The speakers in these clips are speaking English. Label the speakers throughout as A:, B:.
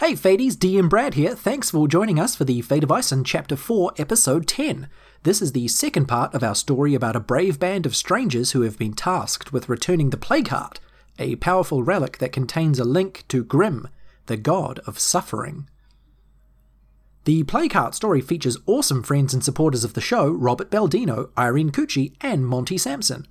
A: Hey, Fades, D and Brad here. Thanks for joining us for the Fate of Ison Chapter 4, Episode 10. This is the second part of our story about a brave band of strangers who have been tasked with returning the Plague Heart, a powerful relic that contains a link to Grim, the god of suffering. The Plague Heart story features awesome friends and supporters of the show Robert Baldino, Irene Cucci, and Monty Sampson.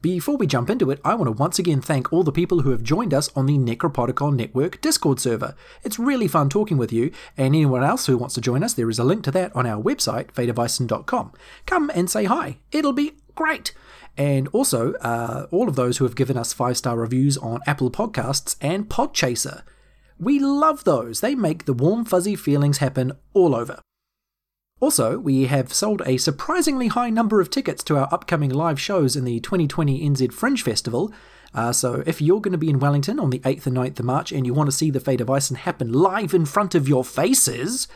A: Before we jump into it, I want to once again thank all the people who have joined us on the Necropodicon Network Discord server. It's really fun talking with you, and anyone else who wants to join us, there is a link to that on our website, fateofison.com. Come and say hi, it'll be great! And also, uh, all of those who have given us five star reviews on Apple Podcasts and Podchaser. We love those, they make the warm, fuzzy feelings happen all over. Also, we have sold a surprisingly high number of tickets to our upcoming live shows in the 2020 NZ Fringe Festival. Uh, so, if you're going to be in Wellington on the 8th and 9th of March and you want to see the Fate of Ison happen live in front of your faces,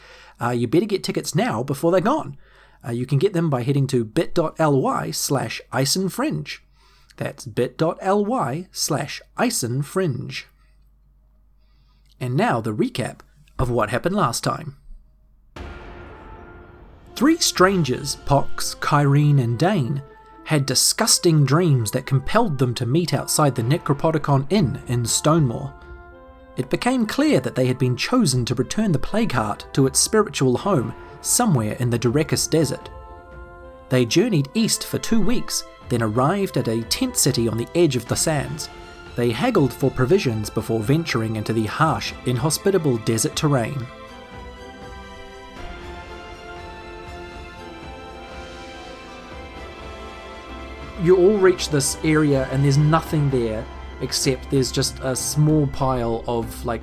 A: uh, you better get tickets now before they're gone. Uh, you can get them by heading to bit.ly slash Fringe. That's bit.ly slash Fringe. And now the recap of what happened last time. Three strangers, Pox, Kyrene, and Dane, had disgusting dreams that compelled them to meet outside the Necropodicon Inn in Stonemore. It became clear that they had been chosen to return the Plague Heart to its spiritual home somewhere in the Durekis Desert. They journeyed east for two weeks, then arrived at a tent city on the edge of the sands. They haggled for provisions before venturing into the harsh, inhospitable desert terrain. you all reach this area and there's nothing there except there's just a small pile of like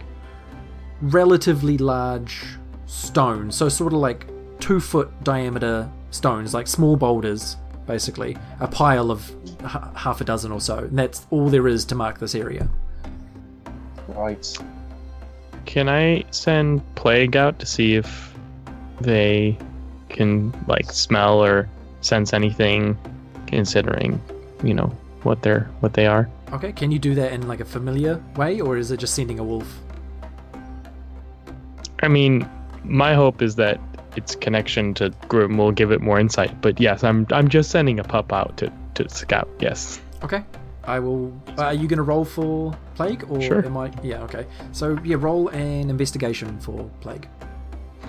A: relatively large stones so sort of like two foot diameter stones like small boulders basically a pile of h- half a dozen or so and that's all there is to mark this area
B: Right.
C: Can I send Plague out to see if they can like smell or sense anything considering, you know, what they're what they are?
A: okay can you do that in like a familiar way or is it just sending a wolf
C: I mean, my hope is that its connection to Grim will give it more insight. But yes, I'm I'm just sending a pup out to, to scout, yes.
A: Okay. I will. Uh, are you going to roll for plague or
C: Sure.
A: am I? Yeah. Okay. So yeah, roll an investigation for plague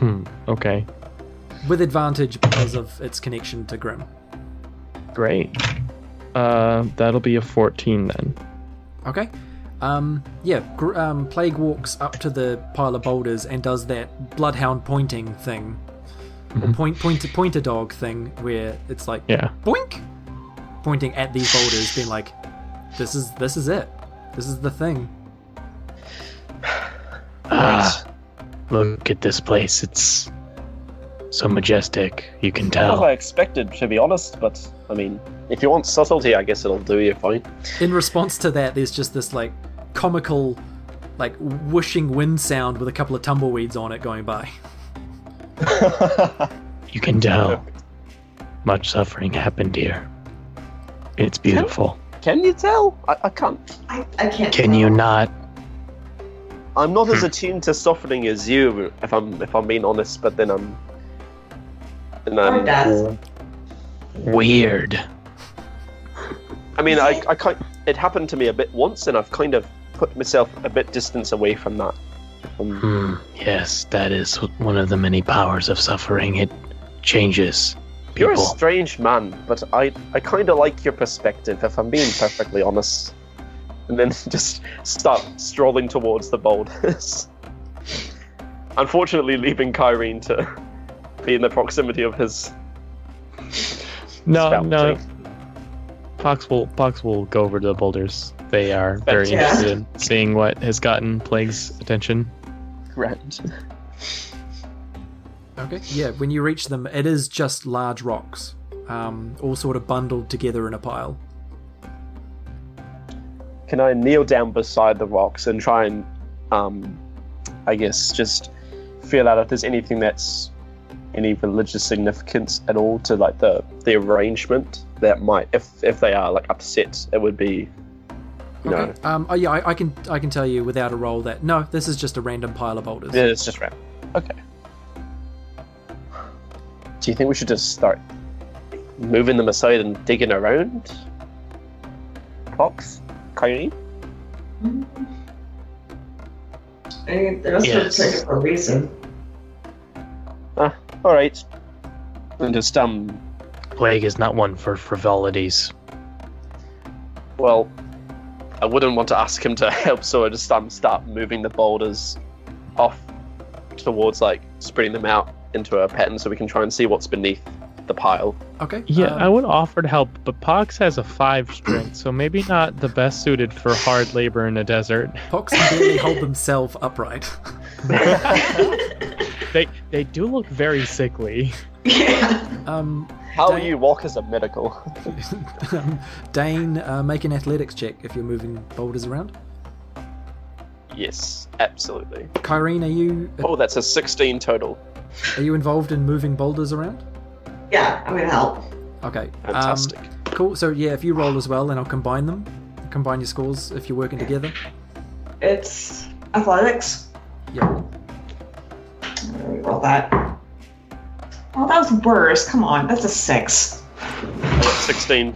C: Hmm. Okay.
A: with advantage because of its connection to Grim.
C: Great. Uh that'll be a fourteen then.
A: Okay. Um. Yeah. Gr- um. Plague walks up to the pile of boulders and does that bloodhound pointing thing, or
C: Mhm.
A: point pointer pointer dog thing, where it's like
C: Yeah.
A: boink, pointing at these boulders, being like, "This is this is it. This is the thing."
D: Ah, look at this place. It's so majestic. You can
B: Not what
D: tell.
B: I expected, to be honest, but I mean, if you want subtlety, I guess it'll do you fine.
A: in response to that, there's just this like comical, like whooshing wind sound with a couple of tumbleweeds on it going by.
D: You can tell. Much suffering happened here. It's beautiful.
B: Can you tell? I, I can't.
E: I, I can't.
D: Can you
E: tell.
D: not?
B: I'm not as attuned to softening as you, if I'm if I'm being honest. But then I'm. And
E: Or
B: I'm
E: death.
D: Weird.
B: I mean, I I can't. It happened to me a bit once, and I've kind of put myself a bit distance away from that. Um,
D: Hmm. Yes, that is one of the many powers of suffering. It changes
B: you're a
D: people.
B: strange man, but I I kind of like your perspective, if I'm being perfectly honest. And then just start strolling towards the boulders. Unfortunately, leaving Kyrene to be in the proximity of his.
C: No,
B: Spout
C: no.
B: thing.
C: Fox will Fox will go over to the boulders. They are very
E: Yeah.
C: interested in seeing what has gotten Plague's attention.
B: Grand.
A: Okay. Yeah, when you reach them, it is just large rocks, um, all sort of bundled together in a pile.
B: Can I kneel down beside the rocks and try and, um, I guess, just feel out if there's anything that's any religious significance at all to like the the arrangement that might, if if they are like upset, it would be No.
A: Okay. Um, oh yeah, I, I can I can tell you without a roll that no, this is just a random pile of boulders.
B: Yeah, it's just right. Okay. Do you think we should just start moving them aside and digging around? Fox? Coyote?
E: I mean, there was
D: Yes.
E: a trick for a reason.
B: Alright. And just, um,
D: Plague is not one for frivolities.
B: well, I wouldn't want to ask him to help, so I just um, start moving the boulders off towards, like, spreading them out into a pattern so we can try and see what's beneath the pile.
A: Okay.
C: Yeah,
D: Uh,
A: um,
C: I would offer to help, but Pox has a five strength, so maybe not the best suited for hard labor in the desert.
A: Pox can barely hold himself upright.
C: They they do look very sickly.
E: yeah.
A: Um,
B: How
A: Dang.
B: you walk is a medical.
A: um, Dane, uh, make an athletics check if you're moving boulders around.
B: yes, absolutely.
A: Kyrene, are you
B: Oh, that's a 16 total.
A: are you involved in moving boulders around?
E: Yeah, I'm gonna help.
A: Okay. Um,
B: Fantastic.
A: Cool. So yeah, if you roll as well, then I'll combine them. Combine your scores if you're working together.
E: It's athletics.
A: Yeah.
E: I'm gonna Roll that. Oh, that was worse. Come on, that's a six.
B: 16.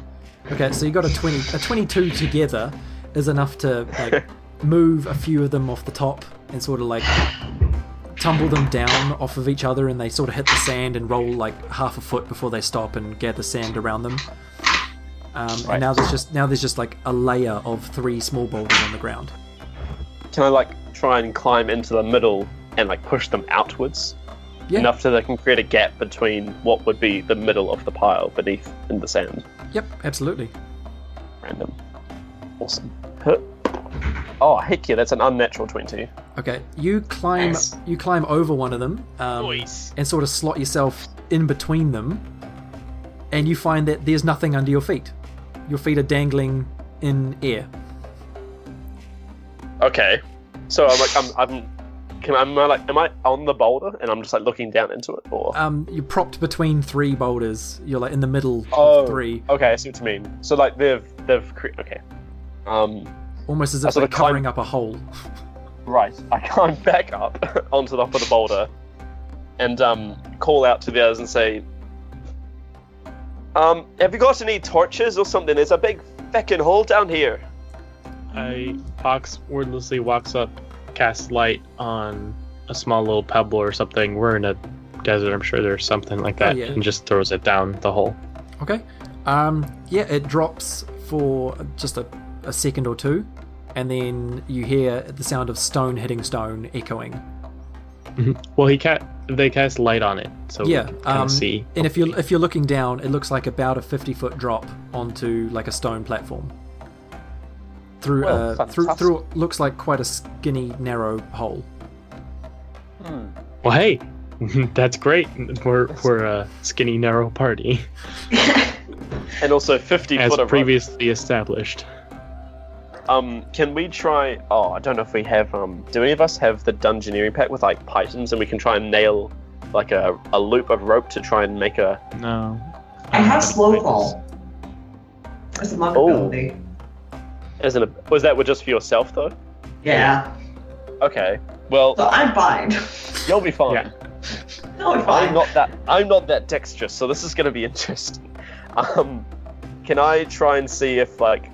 A: Okay. So you got a twenty, a twenty-two together is enough to like move a few of them off the top and sort of like tumble them down off of each other, and they sort of hit the sand and roll like half a foot before they stop and gather sand around them. Um,
B: Right.
A: And now there's just now there's just like a layer of three small boulders on the ground.
B: Can I like try and climb into the middle and like push them outwards?
A: Yeah.
B: Enough so that I can create a gap between what would be the middle of the pile beneath in the sand.
A: Yep. Absolutely.
B: Random. Awesome. Huh. Oh heck yeah, that's an unnatural twenty.
A: Okay, you climb
E: Nice.
A: you climb over one of them um, and sort of slot yourself in between them, and you find that there's nothing under your feet. Your feet are dangling in air.
B: Okay. So I'm like I'm I'm can I, am I like am I on the boulder and I'm just like looking down into it or
A: Um, you're propped between three boulders. You're like in the middle
B: Oh.
A: of three,
B: Okay, I see what you mean. So like they've they've cre- okay. Um
A: almost as
B: I
A: if
B: sort
A: they're
B: of climb-
A: covering up a hole.
B: Right, I climb back up onto the top of the boulder and um, call out to the others and say, um, Have you got any torches or something? There's a big feckin' hole down here.
C: I Pox wordlessly walks up, casts light on a small little pebble or something. We're in a desert, I'm sure there's something like that,
A: Oh, yeah.
C: and just throws it down the hole.
A: Okay. Um, yeah, it drops for just a, a second or two, and then you hear the sound of stone hitting stone echoing.
C: Well, he ca- they cast light on it, so
A: Yeah,
C: yeah, we can kind
A: um,
C: of see.
A: And if you're if you're looking down, it looks like about a fifty foot drop onto like a stone platform. Through
B: Well,
A: uh, through
B: fantastic.
A: through looks like quite a skinny narrow hole.
C: Well, hey, that's great. We're we're a skinny, narrow party,
B: And also 50
C: as
B: foot of rope.
C: previously established.
B: Um, can we try? Oh, I don't know if we have. Um, do any of us have the dungeoneering pack with like pythons and we can try and nail like a, a loop of rope to try and make a.
C: No,
E: I have slow fall. That's a monk
B: Oh.
E: ability.
B: Isn't it? Was that just for yourself though?
E: Yeah.
B: Okay. Well,
E: So I'm fine.
B: you'll be fine.
C: Yeah.
E: No, I'm
B: I'm
E: fine.
B: not that I'm not that dexterous, so this is going to be interesting. Um, can I try and see if like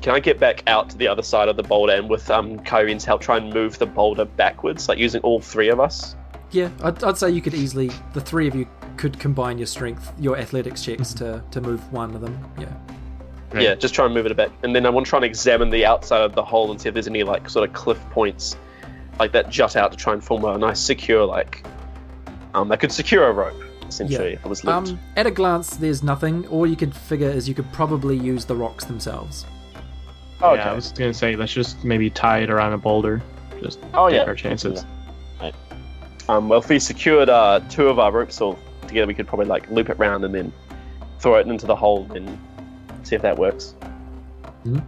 B: can I get back out to the other side of the boulder and with um Kyrene's help try and move the boulder backwards, like using all three of us?
A: Yeah, I'd, I'd say you could easily the three of you could combine your strength, your athletics checks to to move one of them. Yeah.
C: Right.
B: Yeah, just try and move it back, and then I want to try and examine the outside of the hole and see if there's any like sort of cliff points like that jut out to try and form a nice secure like um that could secure a rope essentially if it was looped.
A: Um, at a glance, there's nothing. All you could figure is you could probably use the rocks themselves.
B: oh, okay.
C: Yeah, I was gonna say let's just maybe tie it around a boulder. Just
B: oh
C: take
B: yeah.
C: our chances.
B: Um, well, if we secured uh, two of our ropes all together, we could probably like loop it round and then throw it into the hole and see if that works. Mm-hmm.
C: Mhm.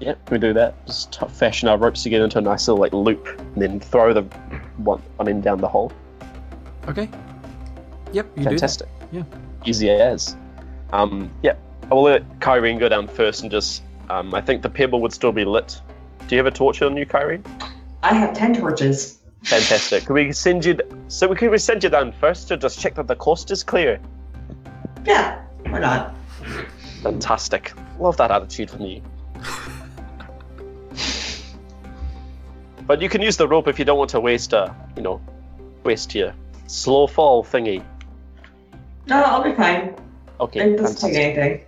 B: Yeah, can we do that. Just t- fashion our ropes together into a nice little like loop, and then throw the one one end down the hole.
A: Okay. Yep, you do. That.
B: Fantastic.
A: yeah.
B: Easy as. Um, yeah. I will let Kyrene go down first and just Um, I think the pebble would still be lit. Do you have a torch on you, Kyrie?
E: I have ten torches.
B: Fantastic. Can we send you? th- so we can we send you down first to just check that the coast is clear.
E: Yeah, why not?
B: Fantastic. Love that attitude from you. but you can use the rope if you don't want to waste a, you know, waste your slow fall thingy.
E: No, I'll be fine.
B: Okay.
E: It doesn't take
B: Fantastic.
E: anything.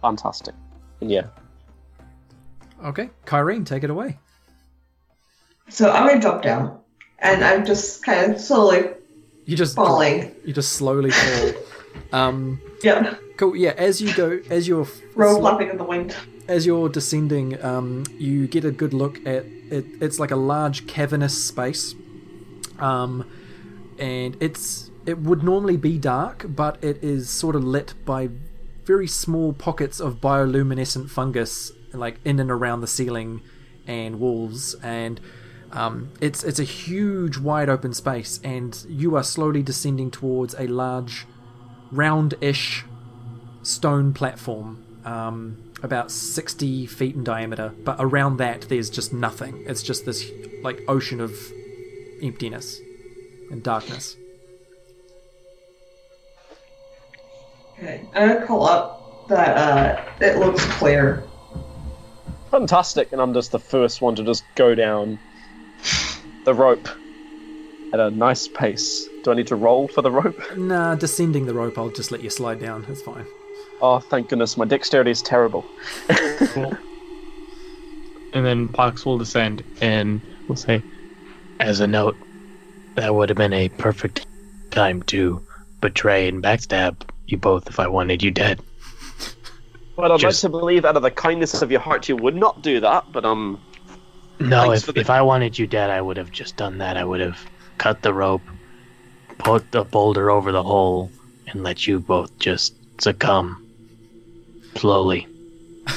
B: fantastic. And yeah.
A: Okay, Kyrene, take it away.
E: So I'm gonna drop down, and I'm just kind of slowly
A: You just
E: falling.
A: you just slowly fall. um,
E: Yep,
A: cool. Yeah, as you go, as you're
E: row flapping in the wind.
A: as you're descending, um, you get a good look at it. It's like a large cavernous space, um, and it's it would normally be dark, but it is sort of lit by very small pockets of bioluminescent fungus, like in and around the ceiling and walls, and um, it's it's a huge, wide open space, and you are slowly descending towards a large, round-ish stone platform, um, about 60 feet in diameter. But around that, there's just nothing. It's just this like ocean of emptiness and darkness.
E: Okay, I'm gonna call up that uh, it looks clear.
B: Fantastic. And I'm just the first one to just go down the rope at a nice pace. Do I need to roll for the rope?
A: Nah, descending the rope, I'll just let you slide down. It's fine.
B: Oh, thank goodness. My dexterity is terrible.
C: And then Pox will descend and will say,
D: As a note, that would have been a perfect time to betray and backstab you both if I wanted you dead.
B: Well, I'd
D: Just-
B: like to believe out of the kindness of your heart you would not do that, but um,
D: No,
B: Thanks
D: if,
B: for the-
D: if I wanted you dead, I would have just done that. I would have cut the rope, put the boulder over the hole, and let you both just succumb slowly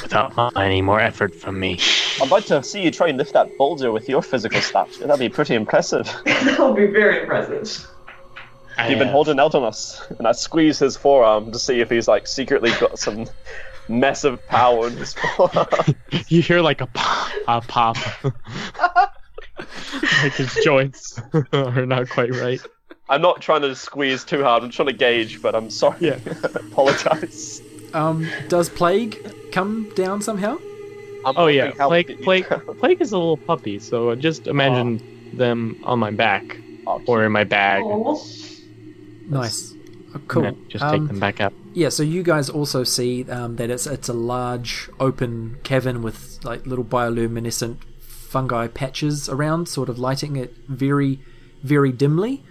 D: without mu- any more effort from me.
B: I'd like to see you try and lift that boulder with your physical stature. That'd be pretty impressive.
E: that will be very impressive.
D: I
B: You've been
D: have-
B: holding out on us, and I squeeze his forearm to see if he's like secretly got some massive power in his forearm.
C: You hear like a pop. A pop. like his joints are not quite right.
B: I'm not trying to squeeze too hard. I'm trying to gauge, but I'm sorry.
C: Yeah.
B: Apologize.
A: Um, does plague come down somehow?
B: I'm
C: Oh yeah,
B: hoping how-
C: Plague, Plague, Plague is a little puppy, so just imagine them on my back
B: Oh,
C: or in my bag.
E: Oh,
A: Nice. Oh,
C: and
A: cool.
C: then Just take
A: Um,
C: them back up.
A: Yeah, so you guys also see um, that it's it's a large open cavern with like little bioluminescent fungi patches around, sort of lighting it very, very dimly.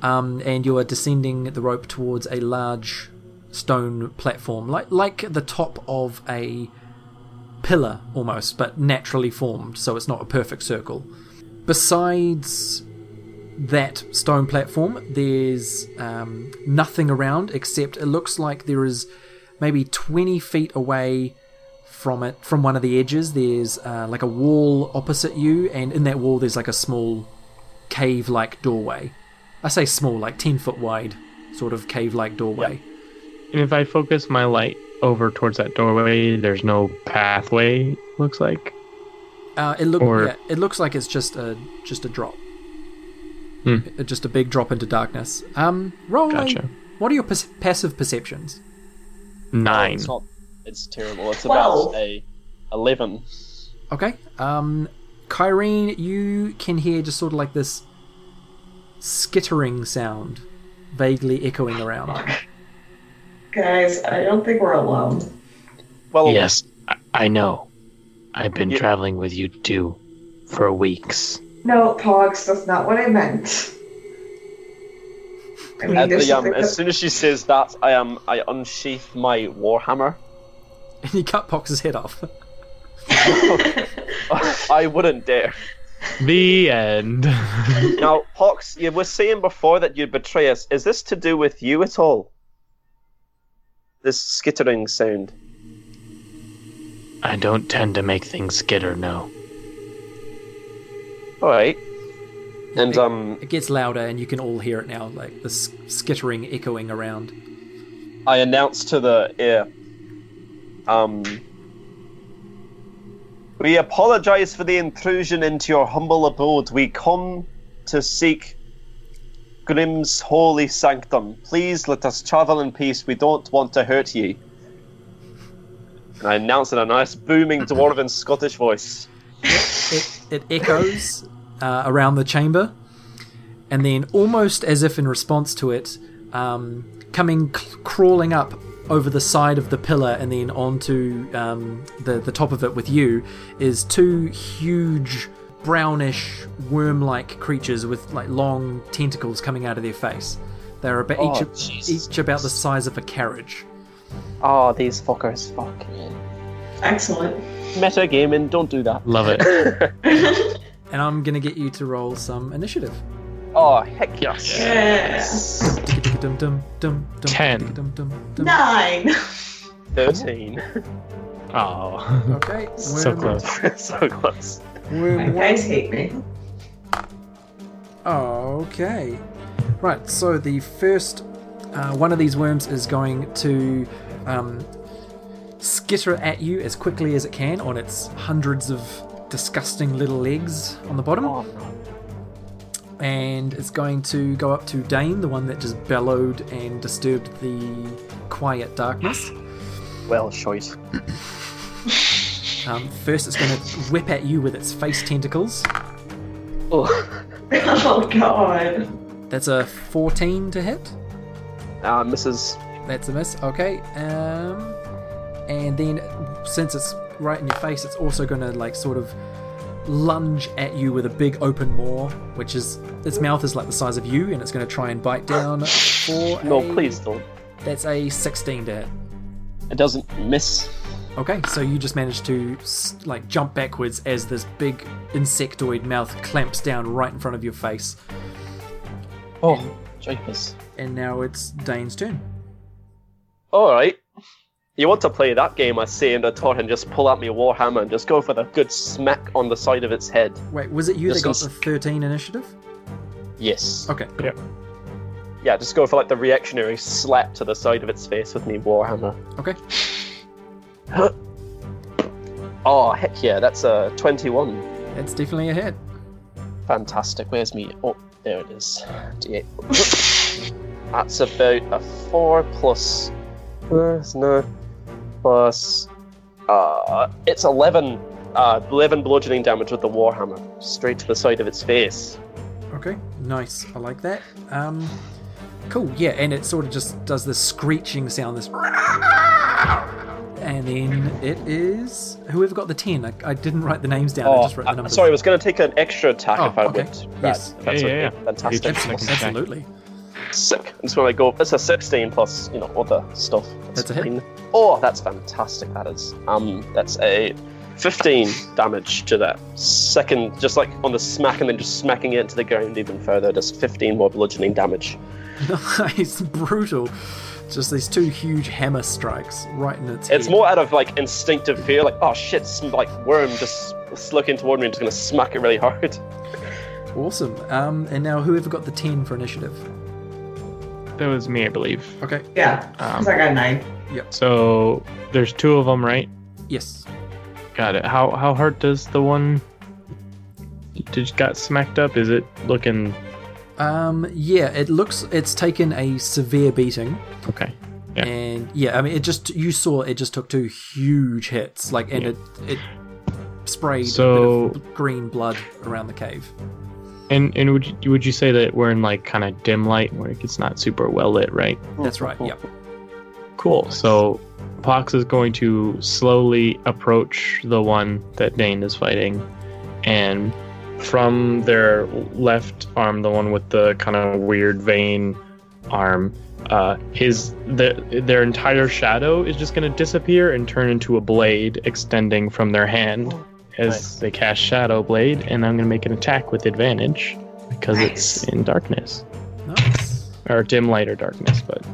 A: Um, and you are descending the rope towards a large stone platform, like like the top of a pillar almost, but naturally formed, so it's not a perfect circle. Besides that stone platform. There's um, nothing around except it looks like there is maybe 20 feet away from it, from one of the edges. There's uh, like a wall opposite you, and in that wall there's like a small cave like doorway. I say small, like 10 foot wide, sort of cave like doorway.
C: And if I focus my light over towards that doorway, there's no pathway. Looks like.
A: Uh, it look
C: Or-
A: yeah, it looks like it's just a just a drop,
C: Hmm.
A: Uh, just a big drop into darkness. Um, roll. a-
C: Gotcha.
A: what are your pass- passive perceptions?
B: Oh,
C: Nine.
B: It's, not, it's terrible. It's
E: Twelve.
B: about a eleven.
A: Okay. Um, Kyrene, you can hear just sort of like this skittering sound, vaguely echoing around.
E: guys, I don't think we're alone.
B: Well,
D: Yes, I, I know. I've been
B: Oh. Yeah.
D: traveling with you two for weeks.
E: No, Pogs, that's not what I meant. I mean,
B: At
E: there's
B: the, um,
E: something
B: as
E: that-
B: soon as she says that, I um, I unsheath my warhammer.
A: And you cut Pox's head off.
B: I wouldn't dare.
C: The end.
B: Now, Hawks, you were saying before that you'd betray us. Is this to do with you at all? This skittering sound.
D: I don't tend to make things skitter, no.
B: All right. And um,
A: It gets louder, and you can all hear it now, like the s- skittering echoing around.
B: I announced to the air. Um, We apologize for the intrusion into your humble abode. We come to seek Grimm's holy sanctum. Please let us travel in peace. We don't want to hurt ye. And I announce in a nice booming dwarven Scottish voice.
A: It, it echoes uh, around the chamber, and then, almost as if in response to it, um, coming c- crawling up over the side of the pillar and then onto um, the, the top of it with you is two huge brownish worm-like creatures with like long tentacles coming out of their face they're about
B: Oh,
A: each, each about the size of a carriage
B: Oh, these fuckers. Fuck.
E: Excellent.
B: Meta gaming, don't do that.
C: Love it.
A: and i'm gonna get you to roll some initiative
B: Oh, heck yes.
E: Yes.
A: Dum, dum, dum, dum,
C: Ten.
A: dum, dum, dum.
E: Nine.
B: 13.
C: Oh,
A: okay
C: so
A: worm-
C: close.
B: so close.
A: worm
E: My guys hate me.
A: Okay. Right, so the first uh, one of these worms is going to um, skitter at you as quickly as it can on its hundreds of disgusting little legs on the bottom. And it's going to go up to Dane, the one that just bellowed and disturbed the quiet darkness.
B: Well, choice.
A: Um, first, it's going to whip at you with its face tentacles.
B: Oh,
E: Oh god.
A: That's a 14 to hit.
B: uh, Mrs.
A: That's a miss. Okay. Um, and then since it's right in your face, it's also gonna like sort of lunge at you with a big open maw, which is its mouth is like the size of you, and it's gonna try and bite down. For
B: No,
A: a-
B: please don't.
A: That's a 16 to hit.
B: It doesn't miss.
A: Okay, so you just managed to s- like jump backwards as this big insectoid mouth clamps down right in front of your face,
B: Oh, Japers.
A: and now it's Dane's turn.
B: Alright. You want to play that game, I say in the taught and just pull out my Warhammer and just go for the good smack on the side of its head.
A: Wait, was it you
B: This
A: that got
B: is-
A: the 13 initiative?
B: Yes.
A: Okay.
B: Yeah, just go for like the reactionary slap to the side of its face with me Warhammer.
A: Okay.
B: Oh, heck yeah, that's a 21.
A: That's definitely a hit.
B: Fantastic. Where's me? Oh, there it is. D8. that's about a 4 plus. Plus, no. Plus. Uh, it's 11. Uh, 11 bludgeoning damage with the Warhammer. Straight to the side of its face.
A: Okay, nice. I like that. Um, cool. Yeah, and it sort of just does this screeching sound. This, and then it is whoever got the ten. I, I didn't write the names down. I
B: Oh,
A: just wrote the
B: I- I'm
A: numbers.
B: sorry, I was going to take an extra attack
A: Oh,
B: if I
A: okay.
B: went. Brad,
A: Yes.
B: if that's
C: Yeah,
B: okay.
C: yeah,
B: Fantastic.
C: Keep
A: Absolutely.
C: Okay.
A: absolutely.
B: Sick. That's when I go. That's a 16 plus, you know, other stuff.
A: That's a hit.
B: fine. Oh, that's fantastic. That is. Um, that's a 15 damage to that second, just like on the smack, and then just smacking it into the ground even further. Just 15 more bludgeoning damage.
A: Nice, brutal. Just these two huge hammer strikes right in its.
B: It's
A: head.
B: more out of like instinctive fear, like oh shit, some, like worm just s- looking toward me, and just gonna smack it really hard.
A: awesome. Um, and now whoever got the ten for initiative.
C: That was me, I believe.
A: Okay.
E: Yeah.
C: Um,
E: 'cause I got a nine.
C: so there's two of them, right?
A: Yes.
C: Got it. How how hard does the one did got smacked up? Is it looking
A: Um, yeah. It looks. It's taken a severe beating.
C: okay? Yeah.
A: and yeah i mean it just you saw it just took two huge hits like and
C: Yeah.
A: it it sprayed a
C: So-
A: bit of green blood around the cave
C: And and would you, would you say that we're in like kind of dim light where it's not super well lit, right?
A: that's right yep
C: Cool. So Pox is going to slowly approach the one that Dane is fighting, and from their left arm, the one with the kind of weird vein arm, uh, his the, their entire shadow is just going to disappear and turn into a blade extending from their hand as
B: Nice.
C: they cast Shadow Blade, and I'm going to make an attack with advantage because
E: Nice.
C: it's in darkness
A: nice
C: or dim light or darkness, but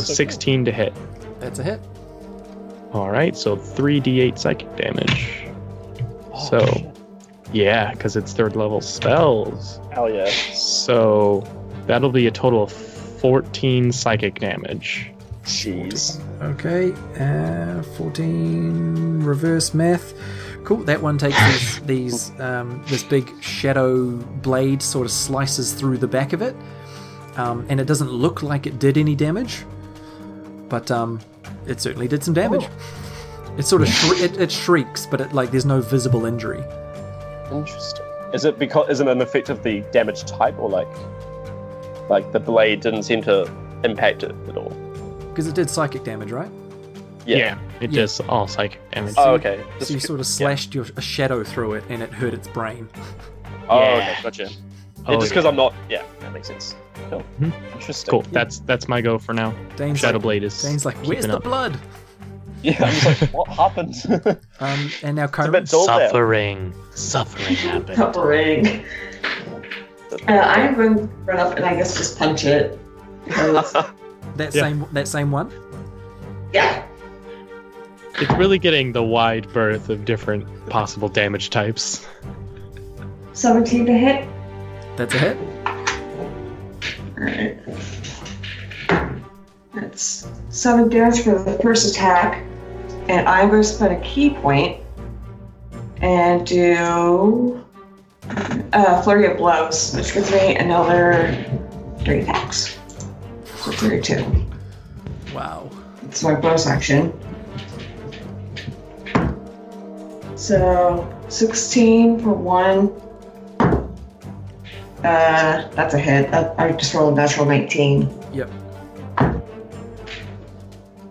B: so
C: 16 to hit.
A: that's a hit
C: All right, so 3d8 psychic damage. so, yeah, because it's third level spells.
B: Hell yeah.
C: So, that'll be a total of 14 psychic damage.
B: Jeez.
A: okay uh 14 reverse math Cool. That one takes these, these um, this big shadow blade sort of slices through the back of it, um, and it doesn't look like it did any damage, but um, it certainly did some damage.
B: Oh.
A: It sort of shri- it, it shrieks, but it like there's no visible injury.
B: Interesting. Is it because is it an effect of the damage type or like like the blade didn't seem to impact it at all?
A: Because it did psychic damage, right?
C: Yeah, it
A: Yeah.
C: does all psychic damage.
B: Oh, okay. Just-
A: So you sort of slashed your a shadow through it, and it hurt its brain.
B: oh, okay.
D: Yeah.
B: Gotcha.
C: Oh,
B: yeah, just
C: yeah.
B: because I'm not. Yeah, that makes sense. Cool.
C: Mhm.
B: Interesting.
C: Cool. That's that's my go for now.
A: Dane's
C: Shadow
A: like,
C: Blade is.
A: Dane's like, "Where's
C: keeping
A: the
C: up."
A: blood?"
B: Yeah, I'm just like, what happened?
A: Um, and now
B: a bit
A: Kyron's
B: dull there.
D: Suffering. Suffering happened.
E: Covering. Uh, I'm going to run up and I guess just punch it. Because,
A: that
C: Yeah.
A: same that same one.
E: yeah.
C: It's really getting the wide berth of different possible damage types.
E: 17 to hit.
A: That's a hit.
E: Alright. That's seven damage for the first attack. And I'm going to spend a key point and do a flurry of blows, which gives me another three attacks. So 32.
A: Wow.
E: It's my bonus action. So 16 for one. Uh, that's a hit. That, I just rolled a natural 19.
A: Yep.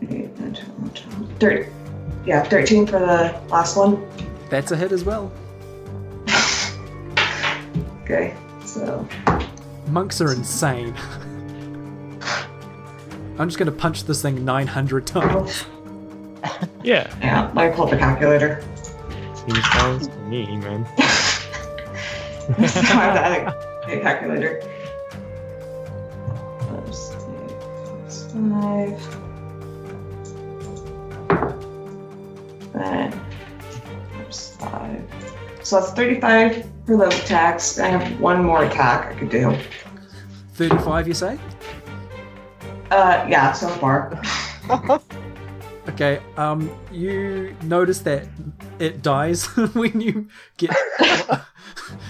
E: Eight, nine, 10, 11, 12, 13. Yeah, 13 for the last one.
A: That's a hit as well.
E: Okay, so
A: Monks are insane. I'm just gonna punch this thing 900 times.
C: Yeah.
E: yeah, I pulled the calculator.
C: Seems sounds to me, man.
E: I have a calculator. Let's see, plus Five. Then there's five. So that's 35 for those attacks. I have one more attack I could do.
A: 35, you say?
E: Uh, yeah, so far.
A: Okay. Um, you notice that it dies when you get.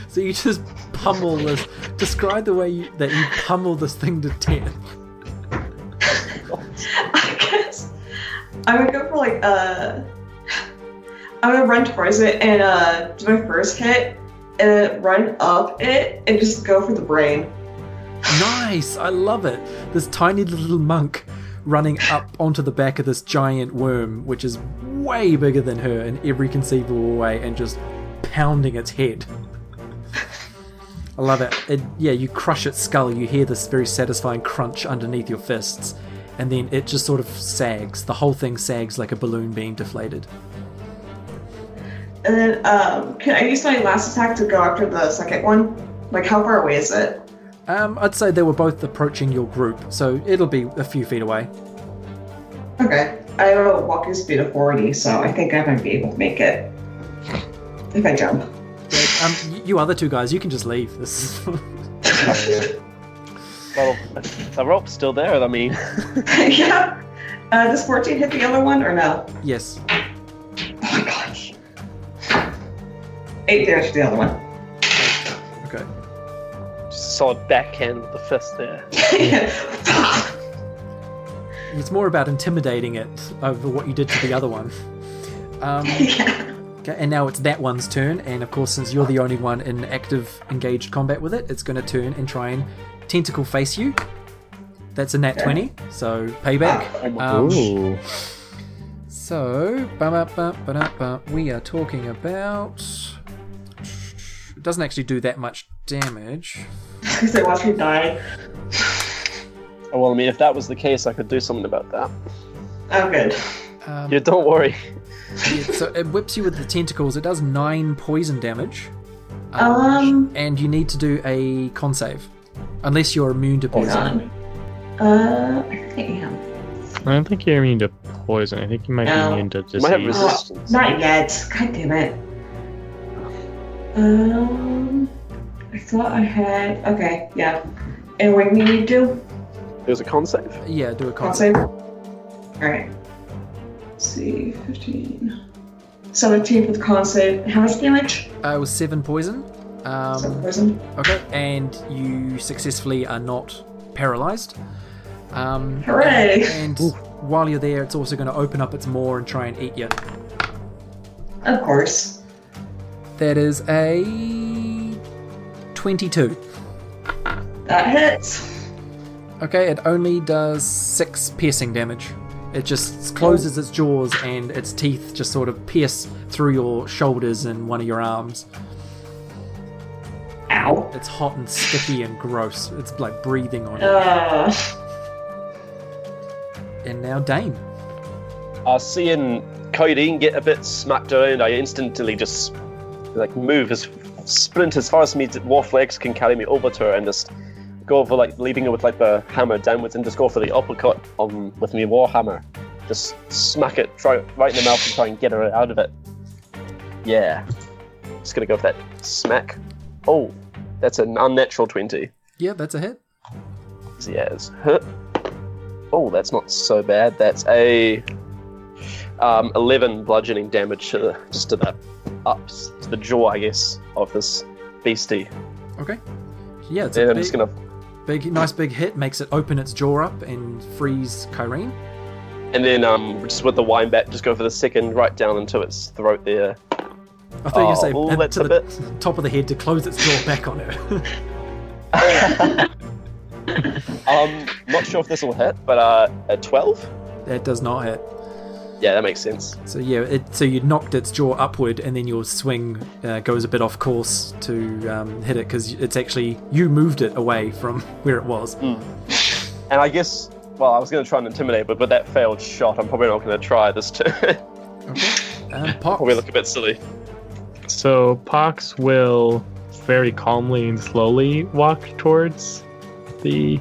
A: so you just pummel this. Describe the way you, that you pummel this thing to 10.
E: I guess I'm gonna go for like uh I'm gonna run towards it and uh do my first hit and run up it and just go for the brain.
A: Nice. I love it. This tiny little monk running up onto the back of this giant worm, which is way bigger than her in every conceivable way, and just pounding its head. I love it. it. Yeah, you crush its skull, you hear this very satisfying crunch underneath your fists, and then it just sort of sags. The whole thing sags like a balloon being deflated.
E: And then um can I use my last attack to go after the second one? Like how far away is it?
A: Um, I'd say they were both approaching your group, so it'll be a few feet away.
E: Okay. I have a walking speed of 40, so I think I might be able to make it. If I jump.
A: But, um, y- you other two guys, you can just leave. This is
B: well, the rope's still there. I mean,
E: yeah. Uh, does 14 hit the other one or no?
A: yes.
E: Oh my gosh. Eight damage to the other one.
A: Okay.
B: just solid backhand with the fist there.
A: It's more about intimidating it over what you did to the other one. Um,
E: yeah.
A: okay, and now it's that one's turn, and of course, since you're the only one in active, engaged combat with it, it's going to turn and try and tentacle face you. That's a nat 20, so
B: Oh
A: payback.
C: Uh,
A: Um,
C: Ooh.
A: so, ba-ba-ba-ba-ba, we are talking about. It doesn't actually do that much damage.
E: Because I watch me die.
B: Oh, well, I mean, if that was the case, I could do something about that.
E: Oh, good.
A: Um,
B: Yeah, don't worry.
A: Yeah, so it whips you with the tentacles. It does nine poison damage. Oh,
E: Um.
A: And you need to do a con save. Unless you're immune to
E: Hold
A: poison.
E: on. Uh, I think I am.
C: I don't think you're immune to poison. I think you might
E: No.
C: be immune to
B: You might have
C: disease.
E: resist-
B: resistance.
E: Not yet. God damn it. Um, I thought I had. Okay, yeah. And what do we need to
B: There's a con save.
A: Yeah, do a
E: con
A: con save.
E: save? Alright. Let's see, 15. 17 with con save. How much damage?
A: Uh, it was seven poison. Um,
E: Seven poison.
A: okay, and you successfully are not paralyzed. Um,
E: Hooray!
A: And while you're there, it's also going to open up its maw and try and eat you.
E: Of course.
A: That is a 22.
E: That hits.
A: Okay, it only does six piercing damage. It just closes its jaws and its teeth just sort of pierce through your shoulders and one of your arms.
E: Ow.
A: It's hot and sticky and gross. It's like breathing on you.
E: Uh,
A: And now Dane.
B: Uh, seeing Codeine get a bit smacked around, I instantly just like move as sprint as fast as me dwarf legs can carry me over to her and just go over like leaving her with like the hammer downwards and just go for the uppercut um, with me warhammer. Just smack it try, right in the mouth and try and get her out of it. Yeah. Just gonna go for that smack. Oh, that's an unnatural twenty.
A: Yeah, that's a hit.
B: Yes. Huh. Oh, that's not so bad. That's a um, eleven bludgeoning damage to the, just to the ups to the jaw, I guess, of this beastie.
A: Okay. Yeah, it's
B: And
A: a
B: I'm
A: big,
B: just gonna
A: big, nice big hit. Makes it open its jaw up and freeze Kyrene.
B: and then um, just with the wine bat, just go for the second right down into its throat there.
A: I thought you say
B: Oh,
A: hit
B: that's
A: to
B: a
A: the top of the head to close its jaw back on her.
B: Um, not sure if this will hit, but uh, a twelve.
A: that does not hit.
B: Yeah, that makes sense.
A: So yeah, it, so you knocked its jaw upward, and then your swing uh, goes a bit off course to um, hit it because it's actually you moved it away from where it was.
B: And I guess, well, I was gonna try and intimidate, but with that failed shot, I'm probably not gonna try this. Too.
A: Um, Pox,
B: probably look a bit silly.
C: So Pox will very calmly and slowly walk towards the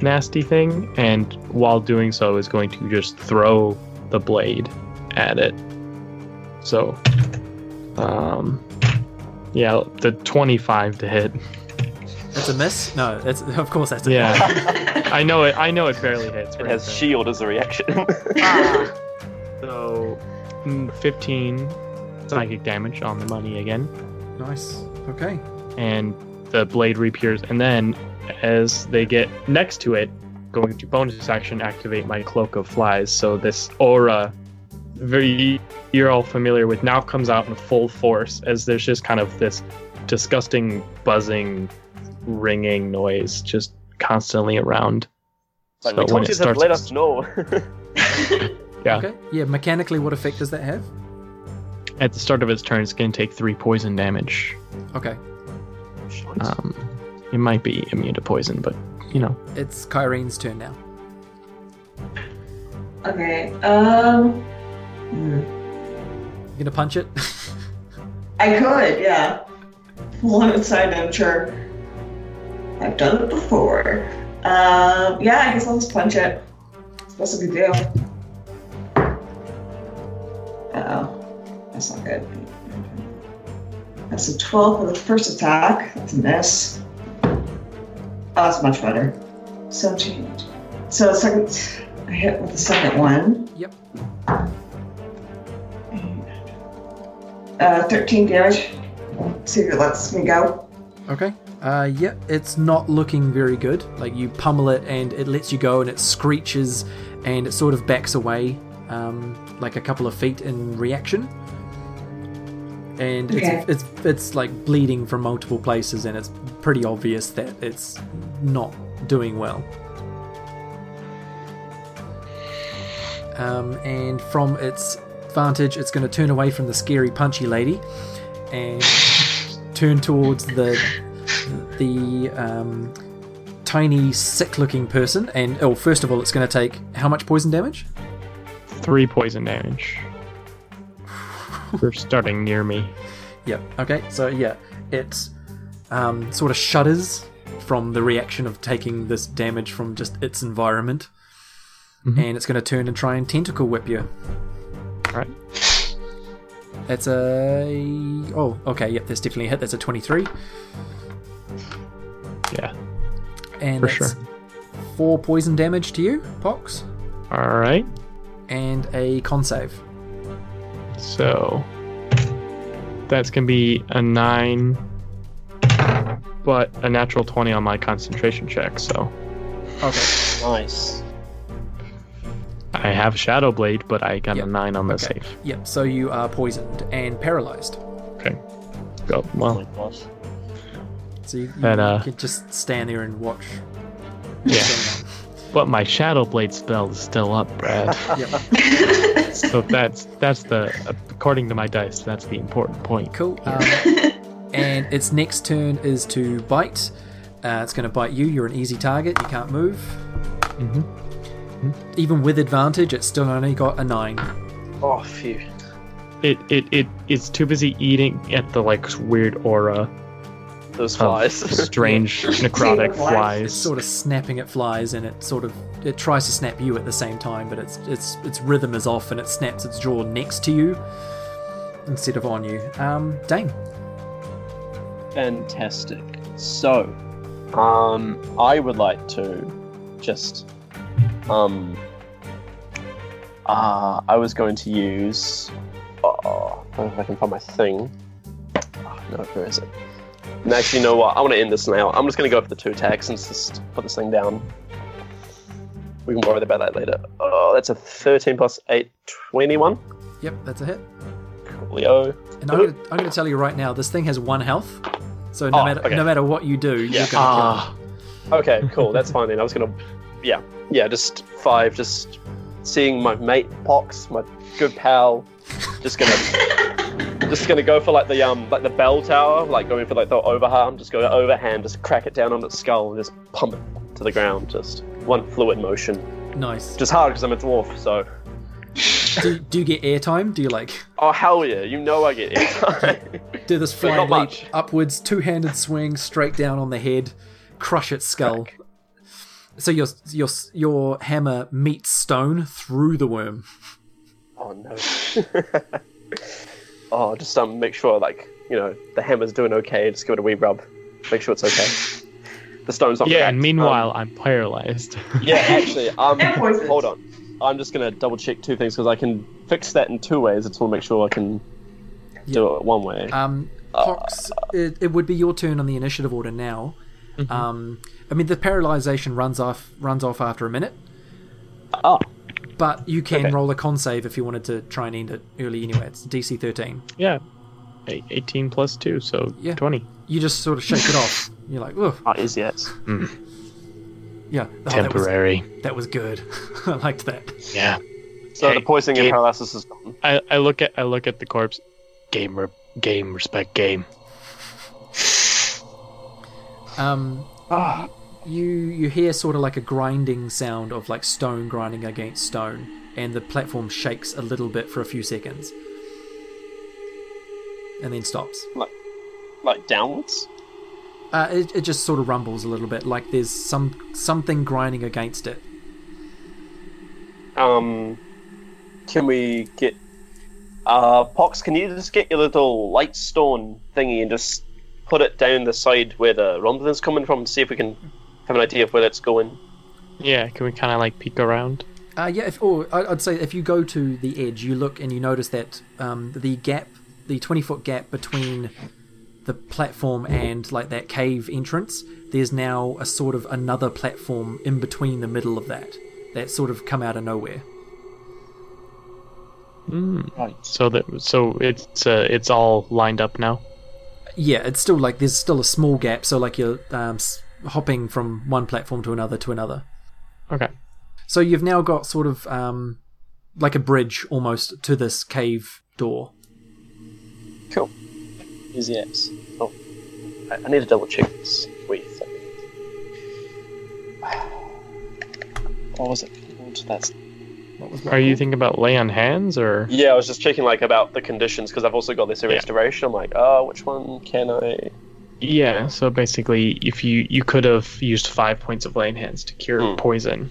C: nasty thing, and while doing so, is going to just throw the blade at it. So, um, yeah, the 25 to hit.
A: that's a miss. No, that's of course that's a
C: Yeah, I know it. I know it barely hits.
B: It
C: right?
B: has shield as a reaction.
E: ah,
C: So, mm, 15 psychic damage on the money again.
A: nice. Okay,
C: and the blade reappears. And then, as they get next to it, going to bonus action, activate my cloak of flies. So this aura, very you're all familiar with, now comes out in full force as there's just kind of this disgusting buzzing, ringing noise just constantly around.
B: Like,
C: So
B: we
C: when
B: told
C: it
B: you to
C: starts-
B: let us know.
C: Yeah.
A: okay, yeah. Mechanically, what effect does that have?
C: At the start of its turn, it's going to take three poison damage.
A: Okay,
C: Um, it might be immune to poison, but you know,
A: it's Kyrene's turn now.
E: okay. Um, hmm.
A: You gonna punch it?
E: I could, yeah. One side, I'm sure. I've done it before. Um, yeah, I guess I'll just punch it. That's a good deal. Oh, that's not good. That's a 12 for the first attack. That's a miss. Oh, that's much better. 17. So second, I hit with the second one.
A: Yep.
E: Uh, 13 damage. See if it lets me go.
A: Okay. Uh, yeah, it's not looking very good. Like you pummel it and it lets you go and it screeches and it sort of backs away um, like a couple of feet in reaction. And
E: Okay.
A: it's, it's it's like bleeding from multiple places and it's pretty obvious that it's not doing well. Um, and from its vantage, it's going to turn away from the scary punchy lady and turn towards the the um, tiny sick-looking person. And oh, first of all, it's going to take how much poison damage?
C: three poison damage. We're starting near me.
A: Yep. Okay. So yeah, it um, sort of shudders from the reaction of taking this damage from just its environment,
C: Mhm.
A: and it's going to turn and try and tentacle whip you.
C: All right.
A: That's a oh okay yep that's definitely a hit that's a twenty three
C: Yeah.
A: and
C: For
A: that's
C: sure.
A: four poison damage to you pox
C: All right.
A: and a con save
C: So That's gonna be a nine, but a natural twenty on my concentration check. So
A: Okay.
B: Nice.
C: I have Shadow Blade, but I got
A: Yep.
C: a nine on the
A: Okay.
C: save.
A: Yep. So you are poisoned and paralyzed.
C: Okay. Go.
D: Oh my
C: Well,
D: gosh.
A: So you, you
C: And, uh,
A: can just stand there and watch.
C: yeah.
A: What's going
C: But my Shadow Blade spell is still up, Brad.
A: on. Yep.
C: so that's that's the according to my dice, that's the important point.
A: Cool. Um, and its next turn is to bite. Uh, it's going to bite you. You're an easy target. You can't move.
C: hmm Mm-hmm.
A: Even with advantage, it's still only got a nine.
B: Oh, phew.
C: It, it it it's too busy eating at the like weird aura
B: Those
C: of
B: flies.
C: strange necrotic
A: It's
E: Flies.
C: flies.
A: sort of snapping at flies, and it sort of it tries to snap you at the same time, but its its its rhythm is off, and it snaps its jaw next to you instead of on you. Um, dang.
F: Fantastic. So, um, I would like to just, um,
B: Ah, I was going to use. Oh, I don't know if I can find my thing. Oh, no, where is it? And actually, you know what? I want to end this now. I'm just going to go for the two attacks and just put this thing down. We can worry about that later. Oh, that's a 13 plus 8, 21.
A: Yep, that's a hit.
B: Coolio.
A: And I'm gonna, I'm gonna tell you right now, this thing has one health. So no
B: Oh,
A: matter
B: okay.
A: no matter what you do,
B: Yeah.
A: you're gonna kill it.
D: Ah,
B: Oh, Okay, cool. That's fine then. I was gonna, yeah, yeah, just five. Just seeing my mate Pox, my good pal. Just gonna, just gonna go for like the um, like the bell tower, like going for like the overhand. Just go overhand, just crack it down on its skull and just pump it to the ground. Just one fluid motion.
A: Nice.
B: Just hard because I'm a dwarf. So,
A: do, do you get airtime? Do you like
B: oh hell yeah, you know I get it.
A: do this flying leap
B: not much.
A: upwards, two-handed swing straight down on the head, crush its skull. So your your your hammer meets stone through the worm.
B: oh no. oh, just um, make sure like you know the hammer's doing okay. Just give it a wee rub. Make sure it's okay. The stone's not
C: Yeah,
B: cracked.
C: and
B: Um,
C: meanwhile I'm paralyzed.
B: Yeah, actually, um,
E: And poisoned.
B: hold on. I'm just gonna double check two things because I can fix that in two ways. I just want to make sure I can do it one way.
A: Um,
B: Ah.
A: Pox, it, it would be your turn on the initiative order now.
B: Mm-hmm.
A: Um, I mean, the paralyzation runs off runs off after a minute.
B: Oh.
A: But you can
B: Okay.
A: roll a con save if you wanted to try and end it early anyway. It's DC 13.
C: yeah. A- 18 plus 2, so
A: Yeah.
C: 20.
A: You just sort of shake it off. You're like, oh,
B: Ah, easy yes.
A: yeah. Oh, that, was,
D: Temporary.
A: that was good. I liked that.
D: Yeah.
B: So
D: Okay,
B: the poisoning and
D: game-
B: paralysis is gone.
C: I, I look at I look at the corpse.
D: Game, re- game, respect game.
A: Um, you you hear sort of like a grinding sound of like stone grinding against stone, and the platform shakes a little bit for a few seconds, and then stops.
B: Like downwards.
A: Uh, it, it just sort of rumbles a little bit, like there's some something grinding against it.
B: Um, can we get? Uh, Pox, can you just get your little light stone thingy and just put it down the side where the rumbling's coming from and see if we can have an idea of where that's going?
C: Yeah, can we kind of like peek around?
A: Uh, yeah, if, or I- I'd say if you go to the edge, you look and you notice that um, the gap, the 20 foot gap between the platform and like that cave entrance, there's now a sort of another platform in between the middle of that. That sort of come out of nowhere.
C: So that so it's uh, it's all lined up now.
A: Yeah, it's still like there's still a small gap, so like you're um, s- hopping from one platform to another to another.
C: Okay.
A: So you've now got sort of um, like a bridge almost to this cave door.
B: Easy yes. Oh, I, I need to double check this. Wait. a second.
F: what was it called? That's
C: Are you thinking about lay on hands or
B: Yeah, I was just checking like about the conditions because I've also got this restoration. I'm like, oh, which one can I?
C: Yeah, so basically if you you could have used 5 points of lay on hands to cure
B: Hmm.
C: poison.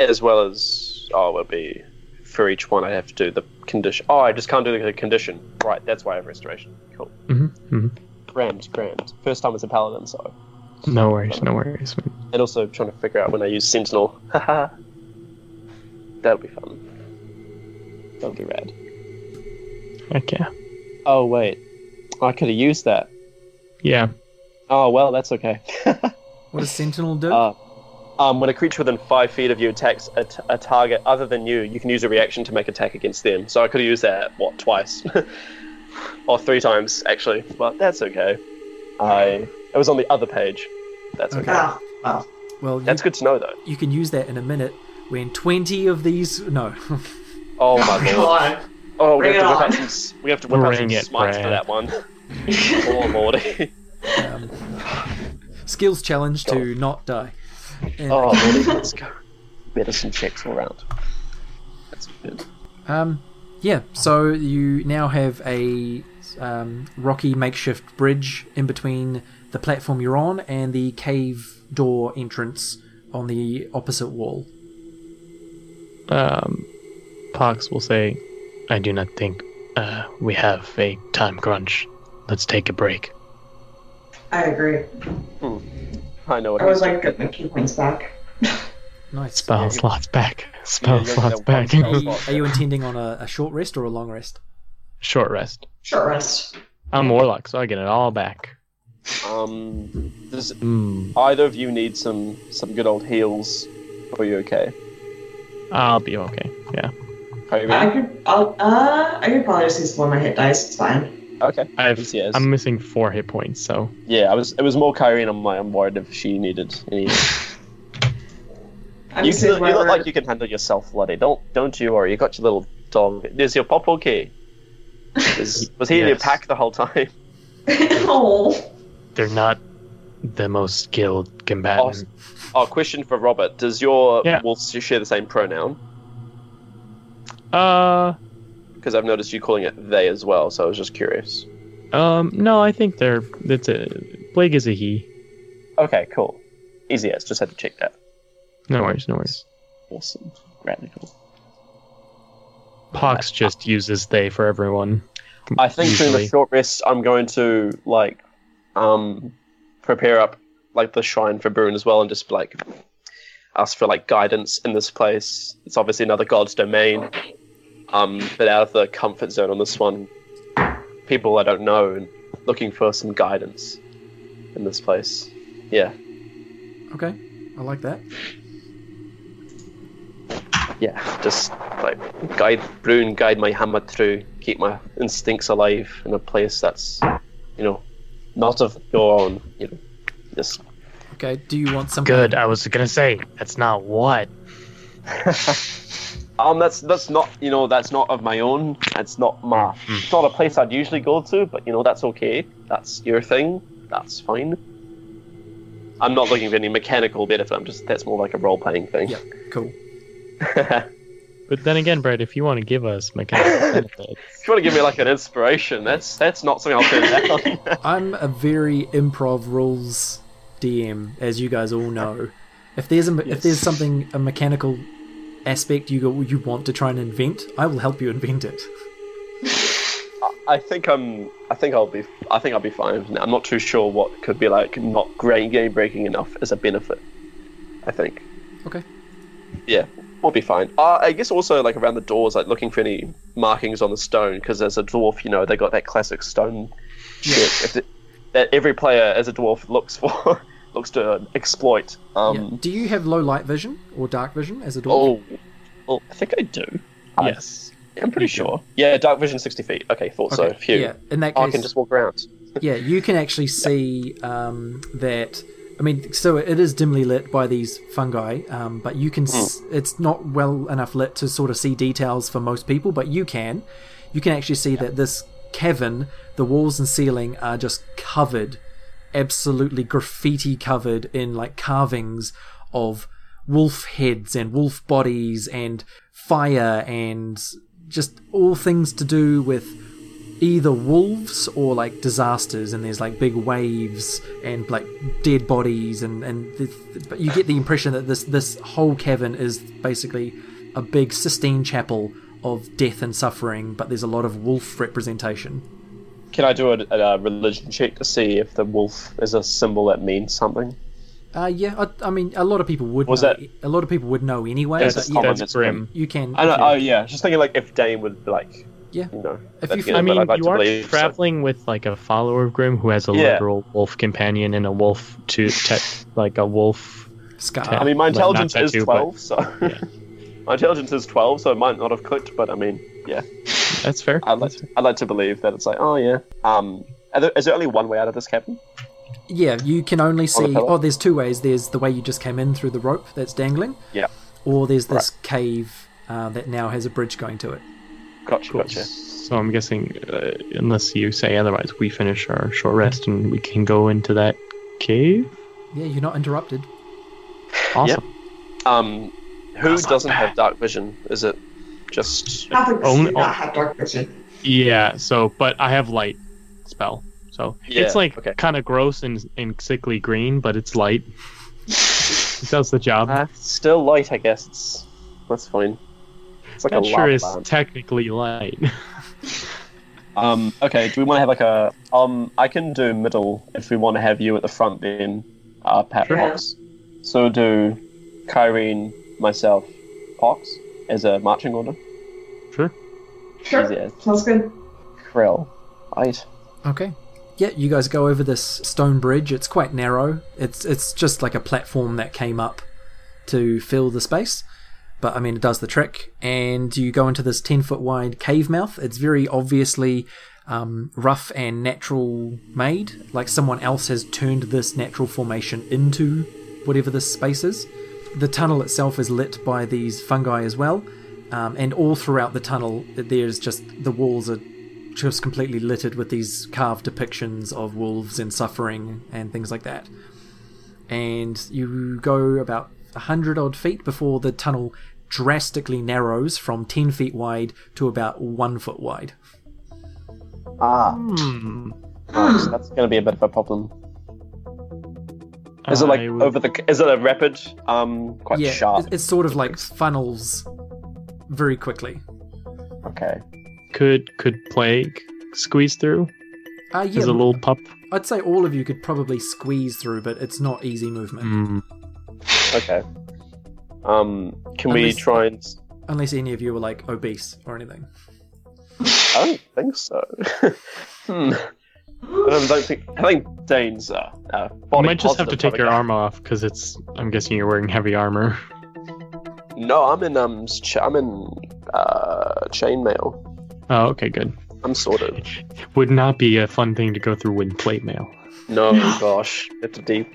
B: As well as oh, it would be for each one. I have to do the condition. Oh, I just can't do the condition. Right, that's why I have restoration. Cool.
C: Mhm. mhm.
B: Grand, grand. First time as a paladin, so
C: No worries, no worries. man.
B: and also trying to figure out when I use sentinel. Haha. That'll be fun.
F: that'll be rad.
C: Heck yeah.
F: Oh wait, I could have used that.
C: Yeah.
F: Oh well, that's okay.
A: What does Sentinel do?
F: uh,
B: Um, when a creature within five feet of you attacks a, t- a target other than you, you can use a reaction to make attack against them. So I could have used that what twice, or three times actually, but that's okay. I it was on the other page. That's okay.
A: Okay.
E: Oh, well.
A: well, you,
B: That's good to know though.
A: you can use that in a minute when 20 of these. No.
B: Oh my
E: Come
B: lord.
E: on.
B: Oh, we
E: Bring
B: have to
E: it
B: whip
E: on.
B: out some. s- We have to whip out some
C: Bring it,
B: smites for
C: Brad.
B: that one. oh lordy.
A: Um, skills challenge to not die. And,
F: oh, lordy, let's go. Medicine checks all round. That's good.
A: Um, yeah, so you now have a um, rocky makeshift bridge in between the platform you're on and the cave door entrance on the opposite wall.
C: Um, Pox will say,
D: I do not think uh, we have a time crunch. Let's take a break.
E: I agree.
B: I know what
E: I
B: he's
E: would like to get my key points back.
A: Nice.
D: Spell
B: Yeah, you-
D: slots back. Spell
B: you'll get
D: slots
B: that one
D: back.
B: spell.
A: Are you intending on a, a short rest or a long rest?
C: short rest.
E: Short rest.
C: I'm Warlock, so I get it all back.
B: Um, does
C: Hmm.
B: either of you need some some good old heals? Are you okay?
C: I'll be okay. Yeah.
B: Are you
E: I
B: ready?
E: could. I'll, uh, I could probably just use one of my hit dice. It's fine.
B: Okay.
C: I've,
B: Yes, yes.
C: I'm missing four hit points, so
B: Yeah, I was. It was more Kyrene on my. I'm worried if she needed any.
E: I'm
B: you,
E: just
B: can, you
E: saying
B: look
E: whatever-
B: like you can handle yourself, Luddy. Don't don't you worry. You got your little dog. There's your Popo key. Was, was he in your
C: Yes.
B: pack the whole time?
E: oh,
D: They're not the most skilled combatant.
B: Awesome. Oh, question for Robert. Does your
C: Yeah.
B: wolf share the same pronoun?
C: uh
B: Because I've noticed you calling it they as well. So I was just curious.
C: um no, I think they're that's a Blake is a he.
B: Okay, cool. Easy as. Just had to check that.
C: No worries, no worries.
F: Awesome. Radical.
C: Pox just uses they for everyone.
B: I think during
C: usually.
B: the short rest, I'm going to like um prepare up like the shrine for Bruin as well, and just like ask for like guidance in this place. It's obviously another god's domain, um, but out of the comfort zone on this one, people I don't know, and looking for some guidance in this place. Yeah,
A: Okay, I like that.
B: yeah, just like guide Bruin, guide my hammer through, keep my instincts alive in a place that's, you know, not of your own. You know, just
A: Okay, do you want some?
D: Good. I was gonna say that's not what.
B: Um, that's that's not you know that's not of my own. It's not my it's not a place I'd usually go to, but you know that's okay. That's your thing. That's fine. I'm not looking for any mechanical benefit. I'm just that's more like a role playing thing.
A: Yeah, cool.
B: if
C: But then again, Brad, if you want to give us mechanical benefits,
B: you want to give me like an inspiration, that's that's not something I'll turn down.
A: I'm a very improv rules DM, as you guys all know. If there's a me- if there's something a mechanical aspect you go, you want to try and invent, I will help you invent it.
B: I think I'm. I think I'll be. I think I'll be fine. I'm not too sure what could be like not great game breaking enough as a benefit. I think.
A: Okay.
B: Yeah, we'll be fine. Uh, I guess also like around the doors, like looking for any markings on the stone because as a dwarf, you know, they got that classic stone shit if the- that every player as a dwarf looks for, looks to exploit. Um.
A: yeah. Do you have low light vision or dark vision as a dwarf?
B: Oh, well, I think I do.
C: yes.
B: I'm pretty sure. Yeah, dark vision sixty feet. Okay, thought Oh, so.
A: Okay,
B: Phew.
A: Yeah, in that
B: I
A: case,
B: can just walk around.
A: yeah, you can actually see um, that. I mean, so it is dimly lit by these fungi, um, but you can. S- it's not well enough lit to sort of see details for most people, but you can. You can actually see that this cavern, the walls and ceiling are just covered, absolutely graffiti covered in like carvings of wolf heads and wolf bodies and fire and just all things to do with either wolves or like disasters and there's like big waves and like dead bodies and and th- but you get the impression that this this whole cavern is basically a big Sistine chapel of death and suffering but there's a lot of wolf representation
B: Can I do a, a, religion check to see if the wolf is a symbol that means something?
A: uh yeah I, I mean a lot of people would
B: Was
A: know, e,
B: that-
A: a lot of people would know anyway
B: That's
A: but
B: a
A: yeah,
B: common-
C: That's
B: that's
C: grim.
A: you can
B: I know.
A: yeah.
B: Oh yeah, just thinking like if Dane would like
A: Yeah.
B: you know.
A: If
B: that,
A: you
B: you
A: feel-
B: know,
C: I
B: but
C: mean,
B: I'd like
C: you
B: to
C: are
B: believe so.
C: traveling with like a follower of Grim who has a
B: Yeah.
C: literal wolf companion and a wolf to te- like a wolf.
A: Scar.
C: Ten.
B: I mean, my
C: Like, not
B: intelligence
C: that
B: is
C: too, but-
B: twelve, so my intelligence is twelve, so it might not have clicked. But I mean, yeah,
C: That's fair.
B: I'd like, I'd like to believe that it's like, oh yeah. Um, are there, is there only one way out of this cabin?
A: Yeah, you can only see.
B: pillar?
A: Oh, there's two ways. There's the way you just came in through the rope that's dangling.
B: Yeah.
A: Or there's this cave uh, that now has a bridge going to it.
B: Gotcha, gotcha.
C: So I'm guessing, uh, unless you say otherwise, we finish our short rest and we can go into that cave.
A: Yeah, you're not interrupted.
C: Awesome.
B: Um, who doesn't have dark vision? Is it just?
E: Half
C: Only-
E: Only, do not have dark vision.
C: Yeah. So, but I have light spell, so
B: Yeah,
C: it's like
B: okay.
C: kind of gross and, and sickly green, but it's light. it does the job.
B: Uh, still light, I guess. It's, that's fine. It's like
C: that
B: a
C: sure
B: lava
C: is
B: lamp.
C: technically light.
B: Um, okay, do we want to have like a um? I can do middle if we want to have you at the front then, uh, Pat
E: Sure.
B: Pox. So we'll do Kyrene, myself, Pox as a marching order.
C: sure.
E: Sure.
B: Easy as
E: Sounds good.
B: Krill. Right.
A: Okay. Yeah, you guys go over this stone bridge. It's quite narrow. It's it's just like a platform that came up to fill the space. But I mean, it does the trick. And you go into this ten foot wide cave mouth. It's very obviously um, rough and natural made. Like someone else has turned this natural formation into whatever this space is. The tunnel itself is lit by these fungi as well. Um, and all throughout the tunnel, there's just the walls are just completely littered with these carved depictions of wolves and suffering and things like that. And you go about a hundred odd feet before the tunnel drastically narrows from ten feet wide to about one foot wide.
B: Ah,
C: Hmm.
B: right, Ah, so that's going to be a bit of a problem. Is it like
C: I would-
B: over the? Is it a rapid? Um, quite
A: yeah,
B: sharp.
A: it- it's sort of like funnels very quickly.
B: Okay.
C: Could could plague squeeze through
A: Uh, yeah,
C: as a little pup?
A: I'd say all of you could probably squeeze through, but it's not easy movement
D: Mm.
C: Hmm.
B: Okay. Um, can we
A: Unless-
B: try and?
A: unless any of you are like obese or anything.
B: I don't think so. hmm. I don't, don't think. I think Dane's uh, uh
C: You
B: body
C: might just have to
B: positive
C: take
B: type of
C: your
B: guy.
C: arm off because it's. I'm guessing you're wearing heavy armor.
B: No, I'm in um, ch- I'm in uh, chainmail.
C: Oh, okay, good.
B: I'm sorted.
C: Would not be a fun thing to go through with plate mail.
B: No, gosh, have to deep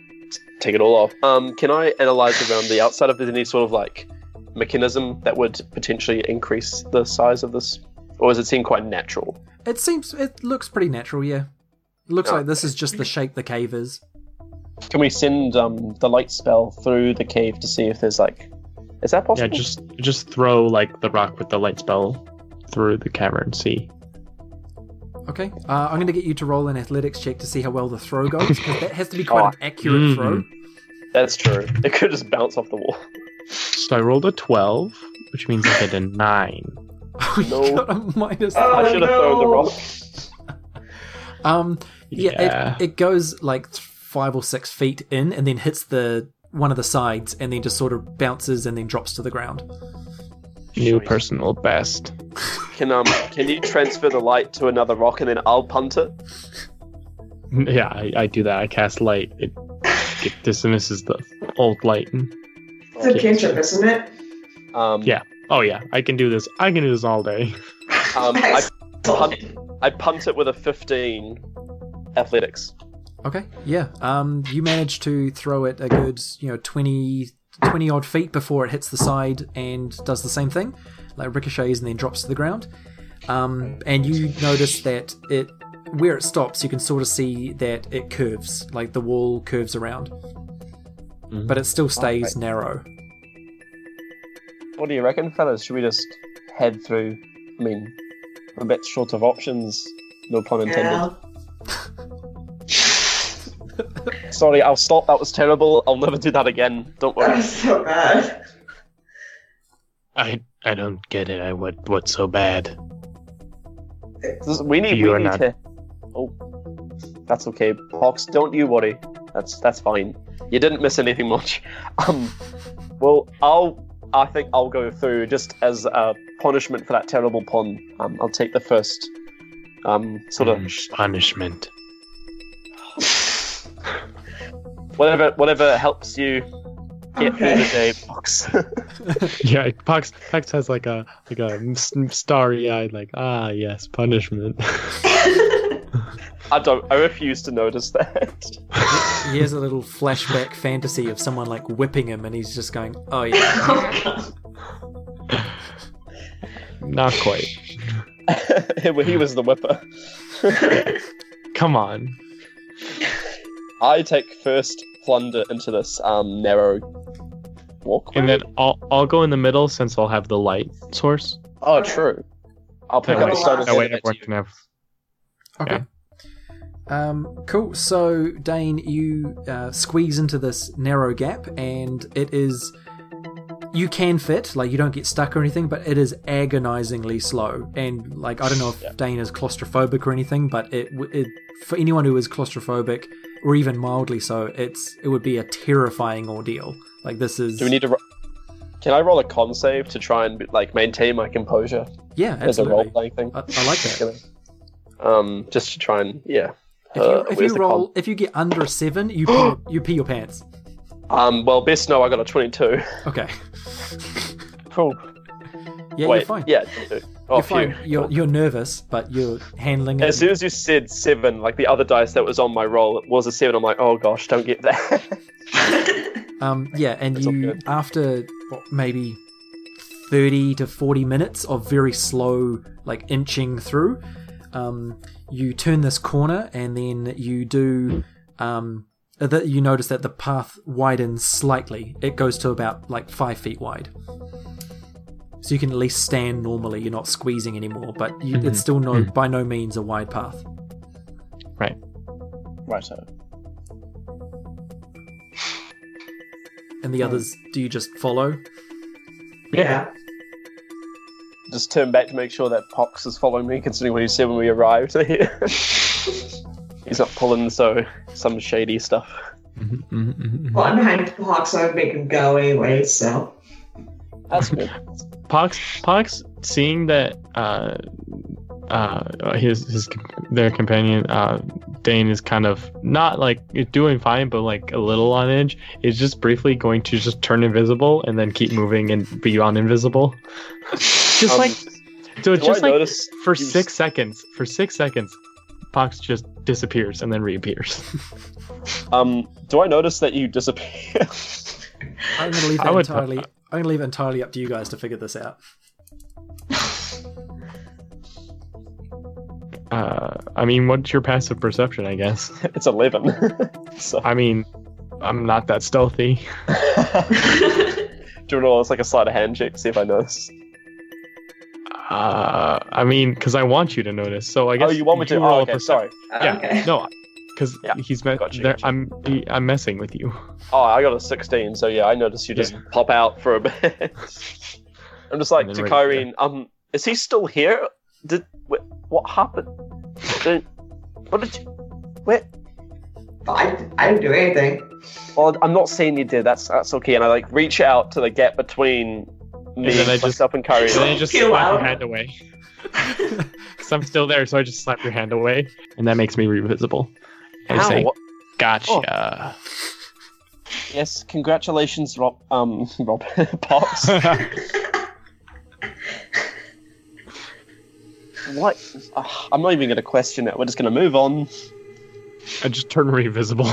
B: take it all off. Um, can I analyze around the outside if there's any sort of like mechanism that would potentially increase the size of this, or does it seem quite natural?
A: It seems it looks pretty natural, yeah. Looks
B: Yeah.
A: like this is just the shape the cave is.
B: Can we send um the light spell through the cave to see if there's like, is that
C: Yeah,
B: possible?
C: just just throw like the rock with the light spell through the cavern. See.
A: Okay, uh, I'm going to get you to roll an athletics check to see how well the throw goes, because that has to be quite an accurate
C: Mm.
A: throw.
B: that's true. It could just bounce off the wall.
C: So I rolled a twelve, which means I did a nine.
A: Oh, you
B: No.
A: got a minus
E: Oh,
B: I
A: five.
B: should have thrown the
E: no.
B: rock.
A: Um, yeah,
C: Yeah.
A: It, it goes like th- five or six feet in, and then hits the one of the sides, and then just sort of bounces and then drops to the ground.
C: New personal best.
B: Can um can you transfer the light to another rock and then I'll punt it?
C: Yeah, I, I do that. I cast light. It, it dismisses the old light.
E: It's a cantrip, isn't it?
B: Um,
C: Yeah. Oh yeah, I can do this. I can do this all day.
B: Um, I,
E: Excellent.
B: I punt it with a 15 athletics.
A: Okay, yeah. Um, you manage to throw it a good, you know, 20, 20 odd feet before it hits the side and does the same thing, like ricochets and then drops to the ground. Um, and you notice that it, where it stops, you can sort of see that it curves, like the wall curves around,
C: Mm.
A: but it still stays narrow.
B: What do you reckon, fellas? Should we just head through? I mean, we're a bit short of options. No pun intended.
E: Yeah.
B: Sorry, I'll stop. That was terrible. I'll never do that again. Don't
E: That
B: worry.
E: was so bad.
D: I I don't get it. I what what's so bad?
B: This- we need.
D: You
B: we
D: are
B: need
D: not-
B: to. Oh, that's okay, Pox. Don't you worry. That's that's fine. You didn't miss anything much. Um, well, I'll I think I'll go through just as a punishment for that terrible pun. Um, I'll take the first um, sort of
D: Mm, punishment.
B: whatever whatever helps you get through the day.
E: Okay.
B: Box.
C: Yeah, Pox Pox has like a like a starry eyed like ah yes punishment.
B: I don't. I refuse to notice that.
A: He has a little flashback fantasy of someone like whipping him, and he's just going, "Oh yeah."
E: oh, God.
C: Not quite.
B: he was the whipper.
C: Come on.
B: I take first plunder into this um, narrow walkway.
C: And then I'll I'll go in the middle since I'll have the light source.
B: oh, true. I'll pick
C: That
B: up
C: way,
B: the stone and
C: that way
B: hand it
C: everyone
B: back to
C: can
B: you.
C: have
A: Okay. Um, cool. So, Dane, you uh, squeeze into this narrow gap, and it is. You can fit, like, you don't get stuck or anything, but it is agonizingly slow. And, like, I don't know if Dane is claustrophobic or anything, but it, w- it for anyone who is claustrophobic or even mildly so, it's it would be a terrifying ordeal. Like, this is.
B: Do we need to? Ro- can I roll a con save to try and like maintain my composure
A: Yeah,
B: as a role
A: absolutely.
B: playing thing?
A: I, I like that.
B: Um, just to try and yeah.
A: If
B: Uh,
A: you, if
B: where's
A: you
B: the con?
A: roll, if you get under a seven, you pee, you pee your pants.
B: Um, well, best know I got a twenty-two.
A: Okay.
B: Cool.
A: Yeah,
B: Wait,
A: you're fine.
B: yeah, 22. Oh,
A: you're
B: phew.
A: fine. You're, you're nervous, but you're handling it.
B: As soon as you said seven, like the other dice that was on my roll was a seven, I'm like, oh gosh, don't get that.
A: um, yeah, and
B: It's all
A: you
B: good.
A: after what, maybe thirty to forty minutes of very slow, like inching through, um, you turn this corner, and then you do. Um, that you notice that the path widens slightly. It goes to about like five feet wide. So you can at least stand normally. You're not squeezing anymore, but you,
C: Mhm.
A: it's still no by no means a wide path.
F: Right, so
A: And
B: Hmm.
A: the others, do you just follow?
E: yeah.
B: Just turn back to make sure that Pox is following me, considering what he said when we arrived here. He's not pulling, so some shady stuff.
C: Mm-hmm,
E: Well, I'm behind Hawk, so I would make him go anyway, so.
B: That's good.
C: Pox Pox seeing that uh uh his his their companion uh Dane is kind of not like doing fine but like a little on edge is just briefly going to just turn invisible and then keep moving and be on invisible. just
B: Um,
C: like so it's
B: Do
C: just
B: I
C: like
B: notice?
C: for
B: you
C: six seconds for six seconds Pox just disappears and then reappears.
B: Um, do I notice that you disappear?
A: I'm gonna leave
C: I
A: that
C: would-
A: entirely. I'm gonna leave it entirely up to you guys to figure this out.
C: Uh, I mean, what's your passive perception? I guess.
B: it's eleven. so
C: I mean, I'm not that stealthy.
B: do it all. It's like a sleight of hand check. See if I notice.
C: Uh, I mean, because I want you to notice. So I guess.
B: Oh, you want me to?
C: roll
B: Oh,
C: a
B: okay.
C: percep-
B: Sorry.
C: Yeah.
E: Okay.
C: No, because
B: Yeah,
C: he's me-
B: gotcha,
C: there,
B: gotcha.
C: I'm he- I'm messing with you.
B: Oh, I got a 16, so yeah, I noticed you just pop out for a bit. I'm just like,
C: And
B: to
C: then
B: Kyrene, um, is he still here? Did wh- what happened? Did, what did you?
E: Well, I, I didn't do anything.
B: Well, I'm not saying you did. That's that's okay. And I like reach out to the gap between me,
C: then I just-
B: myself, and Kyrene.
C: And then you just
E: Kill
C: slap your
E: out.
C: hand away. Because I'm still there, so I just slap your hand away, and that makes me revisible. I
B: Ow,
C: say,
B: what-
C: gotcha.
B: Yes, congratulations, Rob. Um, Rob Pops. what?
F: Ah,
B: Ugh, I'm not even going to question it. We're just going to move on.
C: I just turn revisible.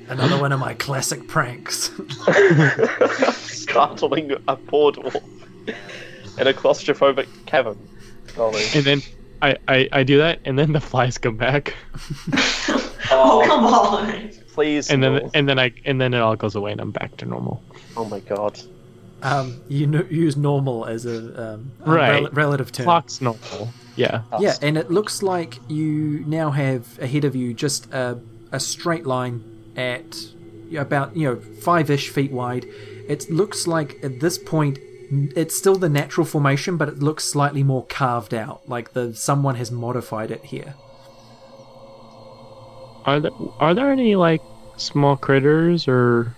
A: Another one of my classic pranks.
B: startling a portal in a claustrophobic cavern. Golly.
C: and then I, I, I do that, and then the flies come back,
E: Oh, come on.
B: Ah, Please.
C: and
B: no.
C: then and then I and then it all goes away, and I'm back to normal.
B: oh my god.
A: Um, you n- use normal as a, um, a
C: Right.
A: rel- relative term.
C: Clock's normal. Yeah.
A: Yeah, and it looks like you now have ahead of you just a, a straight line at about you know five ish feet wide. It looks like at this point n- it's still the natural formation, but it looks slightly more carved out. Like the someone has modified it here.
C: Are there are there any like small critters or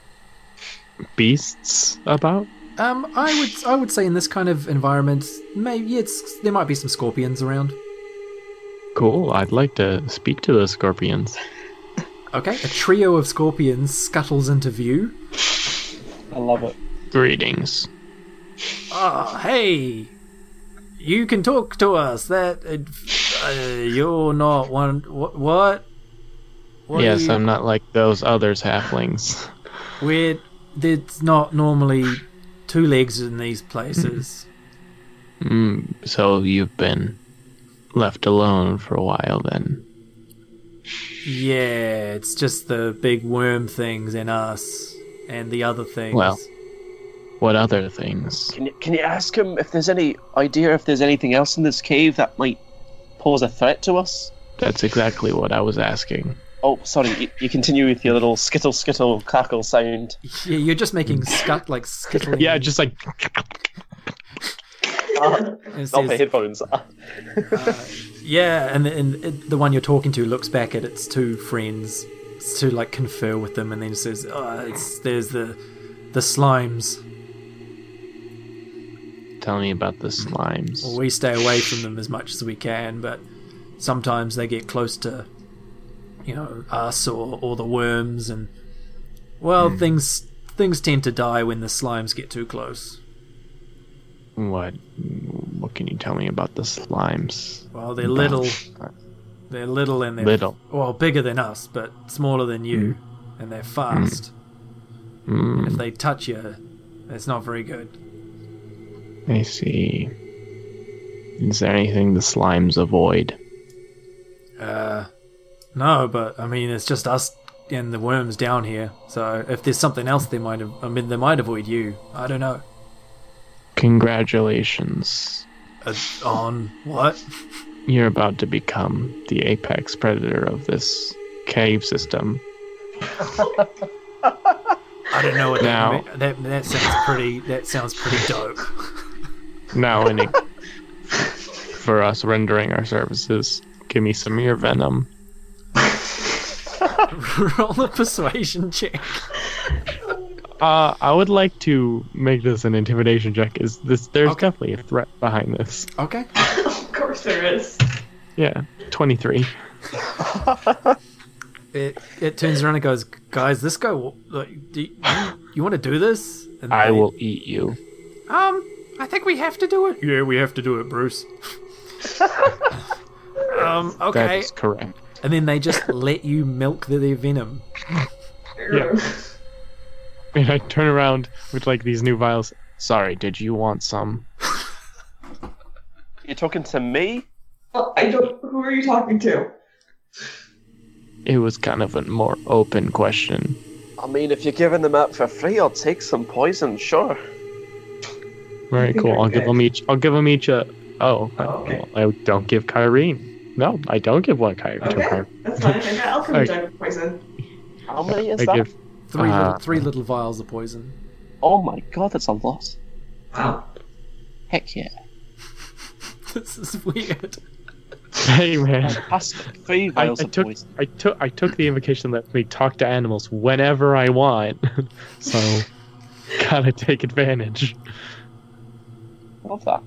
C: beasts about?
A: Um, I would I would say in this kind of environment, maybe it's there might be some scorpions around.
C: Cool. I'd like to speak to those scorpions.
A: Okay, a trio of scorpions scuttles into view.
F: I love it.
C: Greetings.
A: Ah, hey, you can talk to us. That uh, uh, you're not one. What? What? What are
C: yes,
A: you-
C: I'm not like those others halflings.
A: We're there's not normally two legs in these places.
C: Mm, so you've been left alone for a while then.
A: yeah, it's just the big worm things and us and the other things.
C: Well. What other things?
F: Can you, can you ask him if there's any idea if there's anything else in this cave that might pose a threat to us?
C: That's exactly what I was asking.
F: Oh, sorry. You, you continue with your little skittle skittle cackle sound.
A: yeah, you're just making scut like skittling.
C: Yeah, just like
A: and it
B: Not my
A: says-
B: headphones.
A: Yeah, and, and it- the one you're talking to looks back at its two friends to like confer with them, and then says, oh, it's, "There's the the slimes.
C: tell me about the slimes.
A: Well, we stay away from them as much as we can, but sometimes they get close to, you know, us or, or the worms, and well, things things tend to die when the slimes get too close.
C: What what can you tell me about the slimes?
A: Well, they're little, they're little, and they're
C: Little.
A: Well, bigger than us, but smaller than you, and they're fast.
C: Mm,
A: If they touch you, it's not very good.
C: I see. Is there anything the slimes avoid?
A: Uh, no, but I mean, it's just us and the worms down here. So if there's something else, they might. Have, I mean, they might avoid you. I don't know.
C: Congratulations.
A: Uh, on what?
C: You're about to become the apex predator of this cave system.
A: I don't know what
C: Now.
A: that, mea- that that sounds pretty. That sounds pretty dope.
C: Now, in it, for us rendering our services, give me some of your venom.
A: Roll a persuasion check.
C: Uh, I would like to make this an intimidation check. Is this? There's
A: Okay.
C: definitely a threat behind this.
A: Okay.
E: of course there is.
C: Yeah, twenty-three.
A: It it turns around and goes, guys. This guy. wa- Like, do you, you want to do this? And
C: I
A: they-
C: will eat you.
A: Um, I think we have to do it. Yeah, we have to do it, Bruce. um,
C: That
A: okay.
C: is correct.
A: And then they just let you milk the, their venom.
C: Yeah. And I turn around with like these new vials. Sorry, did you want some?
B: You're talking to me?
E: Well, I don't. Who are you talking to?
C: It was kind of a more open question.
B: I mean, if you're giving them out for free, I'll take some poison, sure.
C: Very
E: think
C: cool.
E: I
C: I'll give
E: could.
C: them each. I'll give them each a. Oh,
E: Oh, okay.
C: well, I don't give Kyrene. No, I don't give one Kyrene to
E: Okay.
C: Kyrene.
E: That's fine. I got alchemy
C: Okay.
E: dragon poison.
F: How many is
C: I
F: that?
C: give.
A: Three
C: Ah.
B: Uh-huh.
A: little, three little vials of poison.
F: Oh my god, that's a lot.
E: Wow.
F: Heck yeah.
A: This is weird.
C: Hey man.
F: Fantastic. Three
C: I, I
F: vials of
C: took
F: poison.
C: I took I took the invocation that let me talk to animals whenever I want, so gotta take advantage.
F: Love that.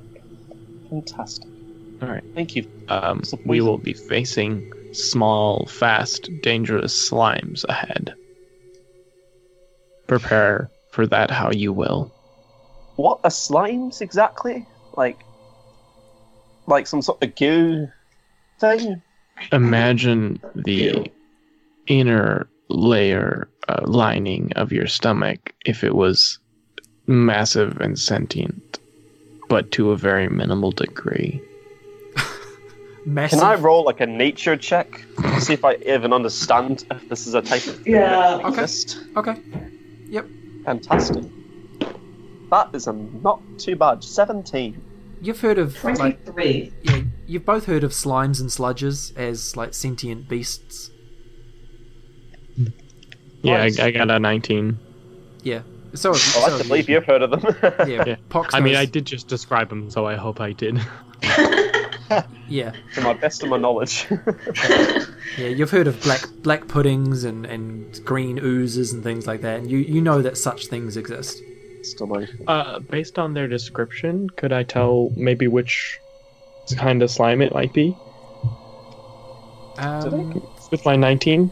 F: Fantastic.
C: All right.
F: Thank you.
C: Um,
F: So
C: we
F: poison.
C: will be facing small, fast, dangerous slimes ahead. Prepare for that how you will.
F: What are slimes exactly? Like, like some sort of goo thing?
C: Imagine the inner layer uh, lining of your stomach if it was massive and sentient, but to a very minimal degree.
A: Massive.
B: Can I roll like a nature check? See if I even understand if this is a type of thing
E: Yeah.
B: that
A: Okay.
B: exists.
A: okay.
B: Fantastic. That is a not too bad. 17.
A: You've heard of like
E: Twenty-three.
A: yeah, you've both heard of slimes and sludges as like sentient beasts.
C: Yeah,
B: Nice.
C: I, I got a 19.
A: Yeah. So have- so
B: Oh, I
A: have
B: can believe you've heard of them.
A: Yeah.
C: Yeah.
A: Pox
C: I mean, I
A: knows-
C: did just describe him, so I hope I did.
A: Yeah.
B: to my best of my knowledge.
A: Yeah, you've heard of black black puddings and, and green oozes and things like that, and you, you know that such things exist.
F: Still
C: Uh, based on their description, could I tell maybe which kind of slime it might be
A: Um,
C: with my 19?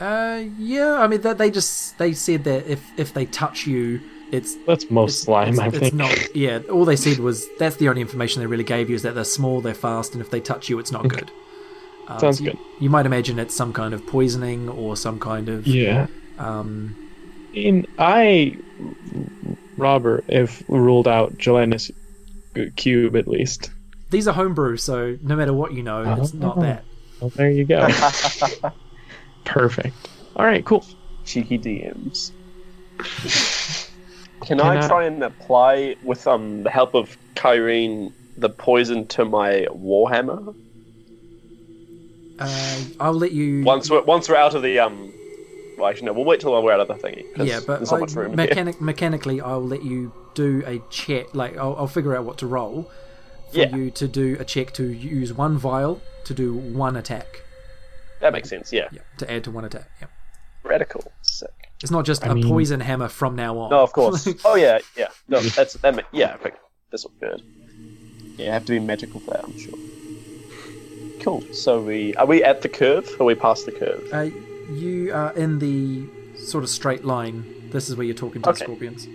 A: uh, yeah, I mean, that they just they said that if if they touch you, it's
C: That's most slime,
A: it's,
C: I
A: it's
C: think.
A: not. Yeah, all they said was that's the only information they really gave you is that they're small, they're fast, and if they touch you, it's not good. Um,
C: Sounds
A: so you-
C: good.
A: You might imagine it's some kind of poisoning or some kind of
C: Yeah.
A: um,
C: I mean, I, Robert, if ruled out Jolannis Cube at least.
A: these are homebrew, so no matter what you know, it's not
C: Oh.
A: that.
C: Well, there you go. Perfect. All right, cool.
F: cheeky DMs.
B: Can,
C: Can
B: I,
C: I-
B: try and apply with um the help of Kyrene the poison to my warhammer?
A: Uh, I'll let you.
B: Once we're once we're out of the um, well actually no, we'll wait till we're out of the thingy. 'cause
A: yeah, but
B: there's not
A: I-
B: much room here.
A: mechanic, mechanically, I'll let you do a check. Like I'll, I'll figure out what to roll for
B: Yeah.
A: you to do a check to use one vial to do one attack.
B: That makes sense. Yeah,
A: Yeah, to add to one attack. Yeah.
B: radical. Sick.
A: It's not just
C: I
A: a
C: mean-
A: poison hammer from now on.
B: No, of course. oh yeah, yeah. No, that's that. Ma- yeah, I think this will be good.
F: Yeah, have to be magical for that, I'm sure.
B: Cool. So we are we at the curve? Are we past the curve?
A: Uh, you are in the sort of straight line. This is where you're talking to the
B: Okay.
A: scorpions.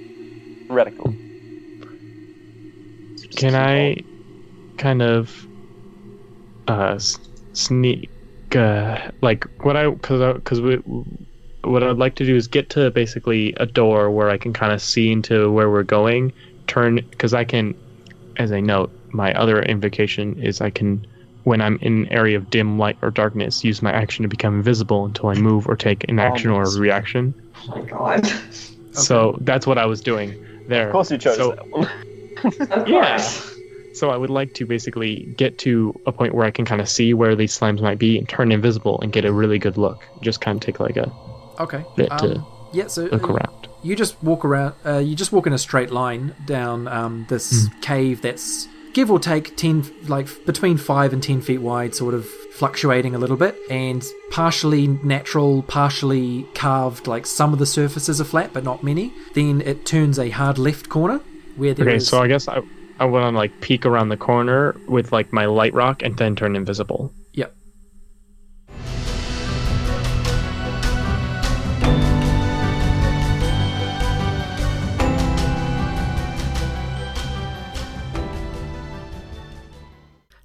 B: Radical.
C: Can I kind of uh, s- sneak uh, like what I because because we what I'd like to do is get to basically a door where I can kind of see into where we're going. Turn because I can, as a note, my other invocation is I can when I'm in an area of dim light or darkness, use my action to become invisible until I move or take an action or a reaction.
E: Oh my god.
C: So that's what I was doing there.
B: Of course, you chose
C: So-
B: that one.
E: Of
C: Yeah.
E: course.
C: So I would like to basically get to a point where I can kind of see where these slimes might be and turn invisible and get a really good look. Just kind of take like a
A: Okay.
C: bit to
A: Um, yeah. So
C: look
A: uh,
C: around.
A: you just walk around. Uh, you just walk in a straight line down um, this
C: Hmm.
A: cave that's give or take ten, like between five and ten feet wide, sort of fluctuating a little bit, and partially natural, partially carved. Like some of the surfaces are flat, but not many. Then it turns a hard left corner where there is
C: Okay, so I guess I I want to like peek around the corner with like my light rock and then turn invisible.
A: Yep.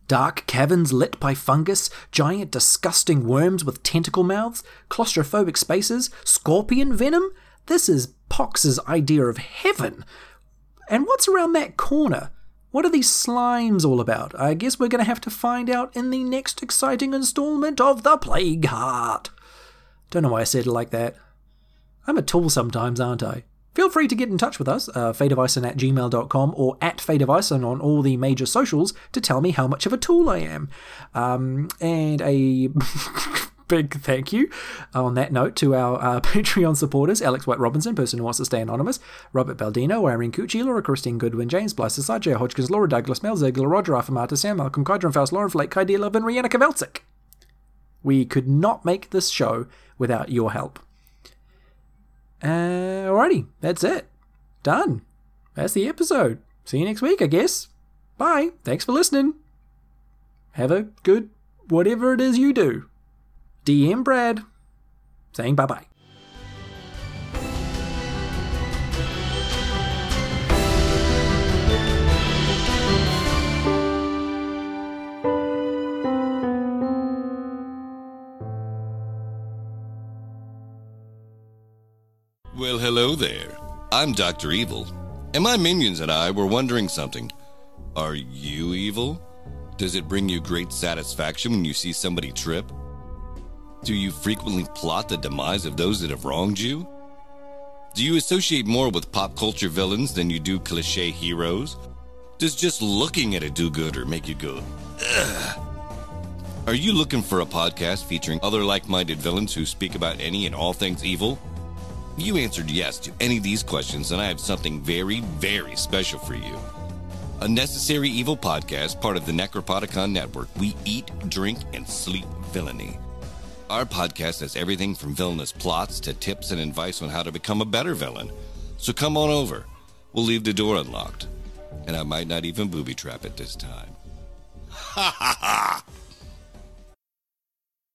A: Dark caverns lit by fungus, giant disgusting worms with tentacle mouths, claustrophobic spaces, scorpion venom? This is Pox's idea of heaven. And what's around that corner? What are these slimes all about? I guess we're going to have to find out in the next exciting installment of The Plague Heart. Don't know why I said it like that. I'm a tool sometimes, aren't I? Feel free to get in touch with us, uh, fadeofison at gmail.com or at fadeofison on all the major socials to tell me how much of a tool I am. Um, and a big thank you uh, on that note to our uh, Patreon supporters Alex White Robinson, person who wants to stay anonymous, Robert Baldino, Irene Cucci, Laura Christine Goodwin, James Blyster, Sajay Hodgkins, Laura Douglas, Mel Ziegler, Roger Afamata, Sam Malcolm, Kydron Faust, Lauren Flake, Kai D. Love, and Rihanna Kaveltzik. We could not make this show without your help. Uh, alrighty, that's it. Done. That's the episode. See you next week, I guess. Bye. Thanks for listening. Have a good whatever it is you do. DM Brad saying bye bye.
G: Well, hello there. I'm Dr. Evil, and my minions and I were wondering something. Are you evil? Does it bring you great satisfaction when you see somebody trip? Do you frequently plot the demise of those that have wronged you? Do you associate more with pop culture villains than you do cliche heroes? Does just looking at a do gooder make you go, Are you looking for a podcast featuring other like minded villains who speak about any and all things evil? If you answered yes to any of these questions, then I have something very, very special for you. A Necessary Evil podcast, part of the Necropodicon Network, we eat, drink, and sleep villainy. Our podcast has everything from villainous plots to tips and advice on how to become a better villain. So come on over. will leave the door unlocked, and I might not even booby trap it this time. Ha ha ha!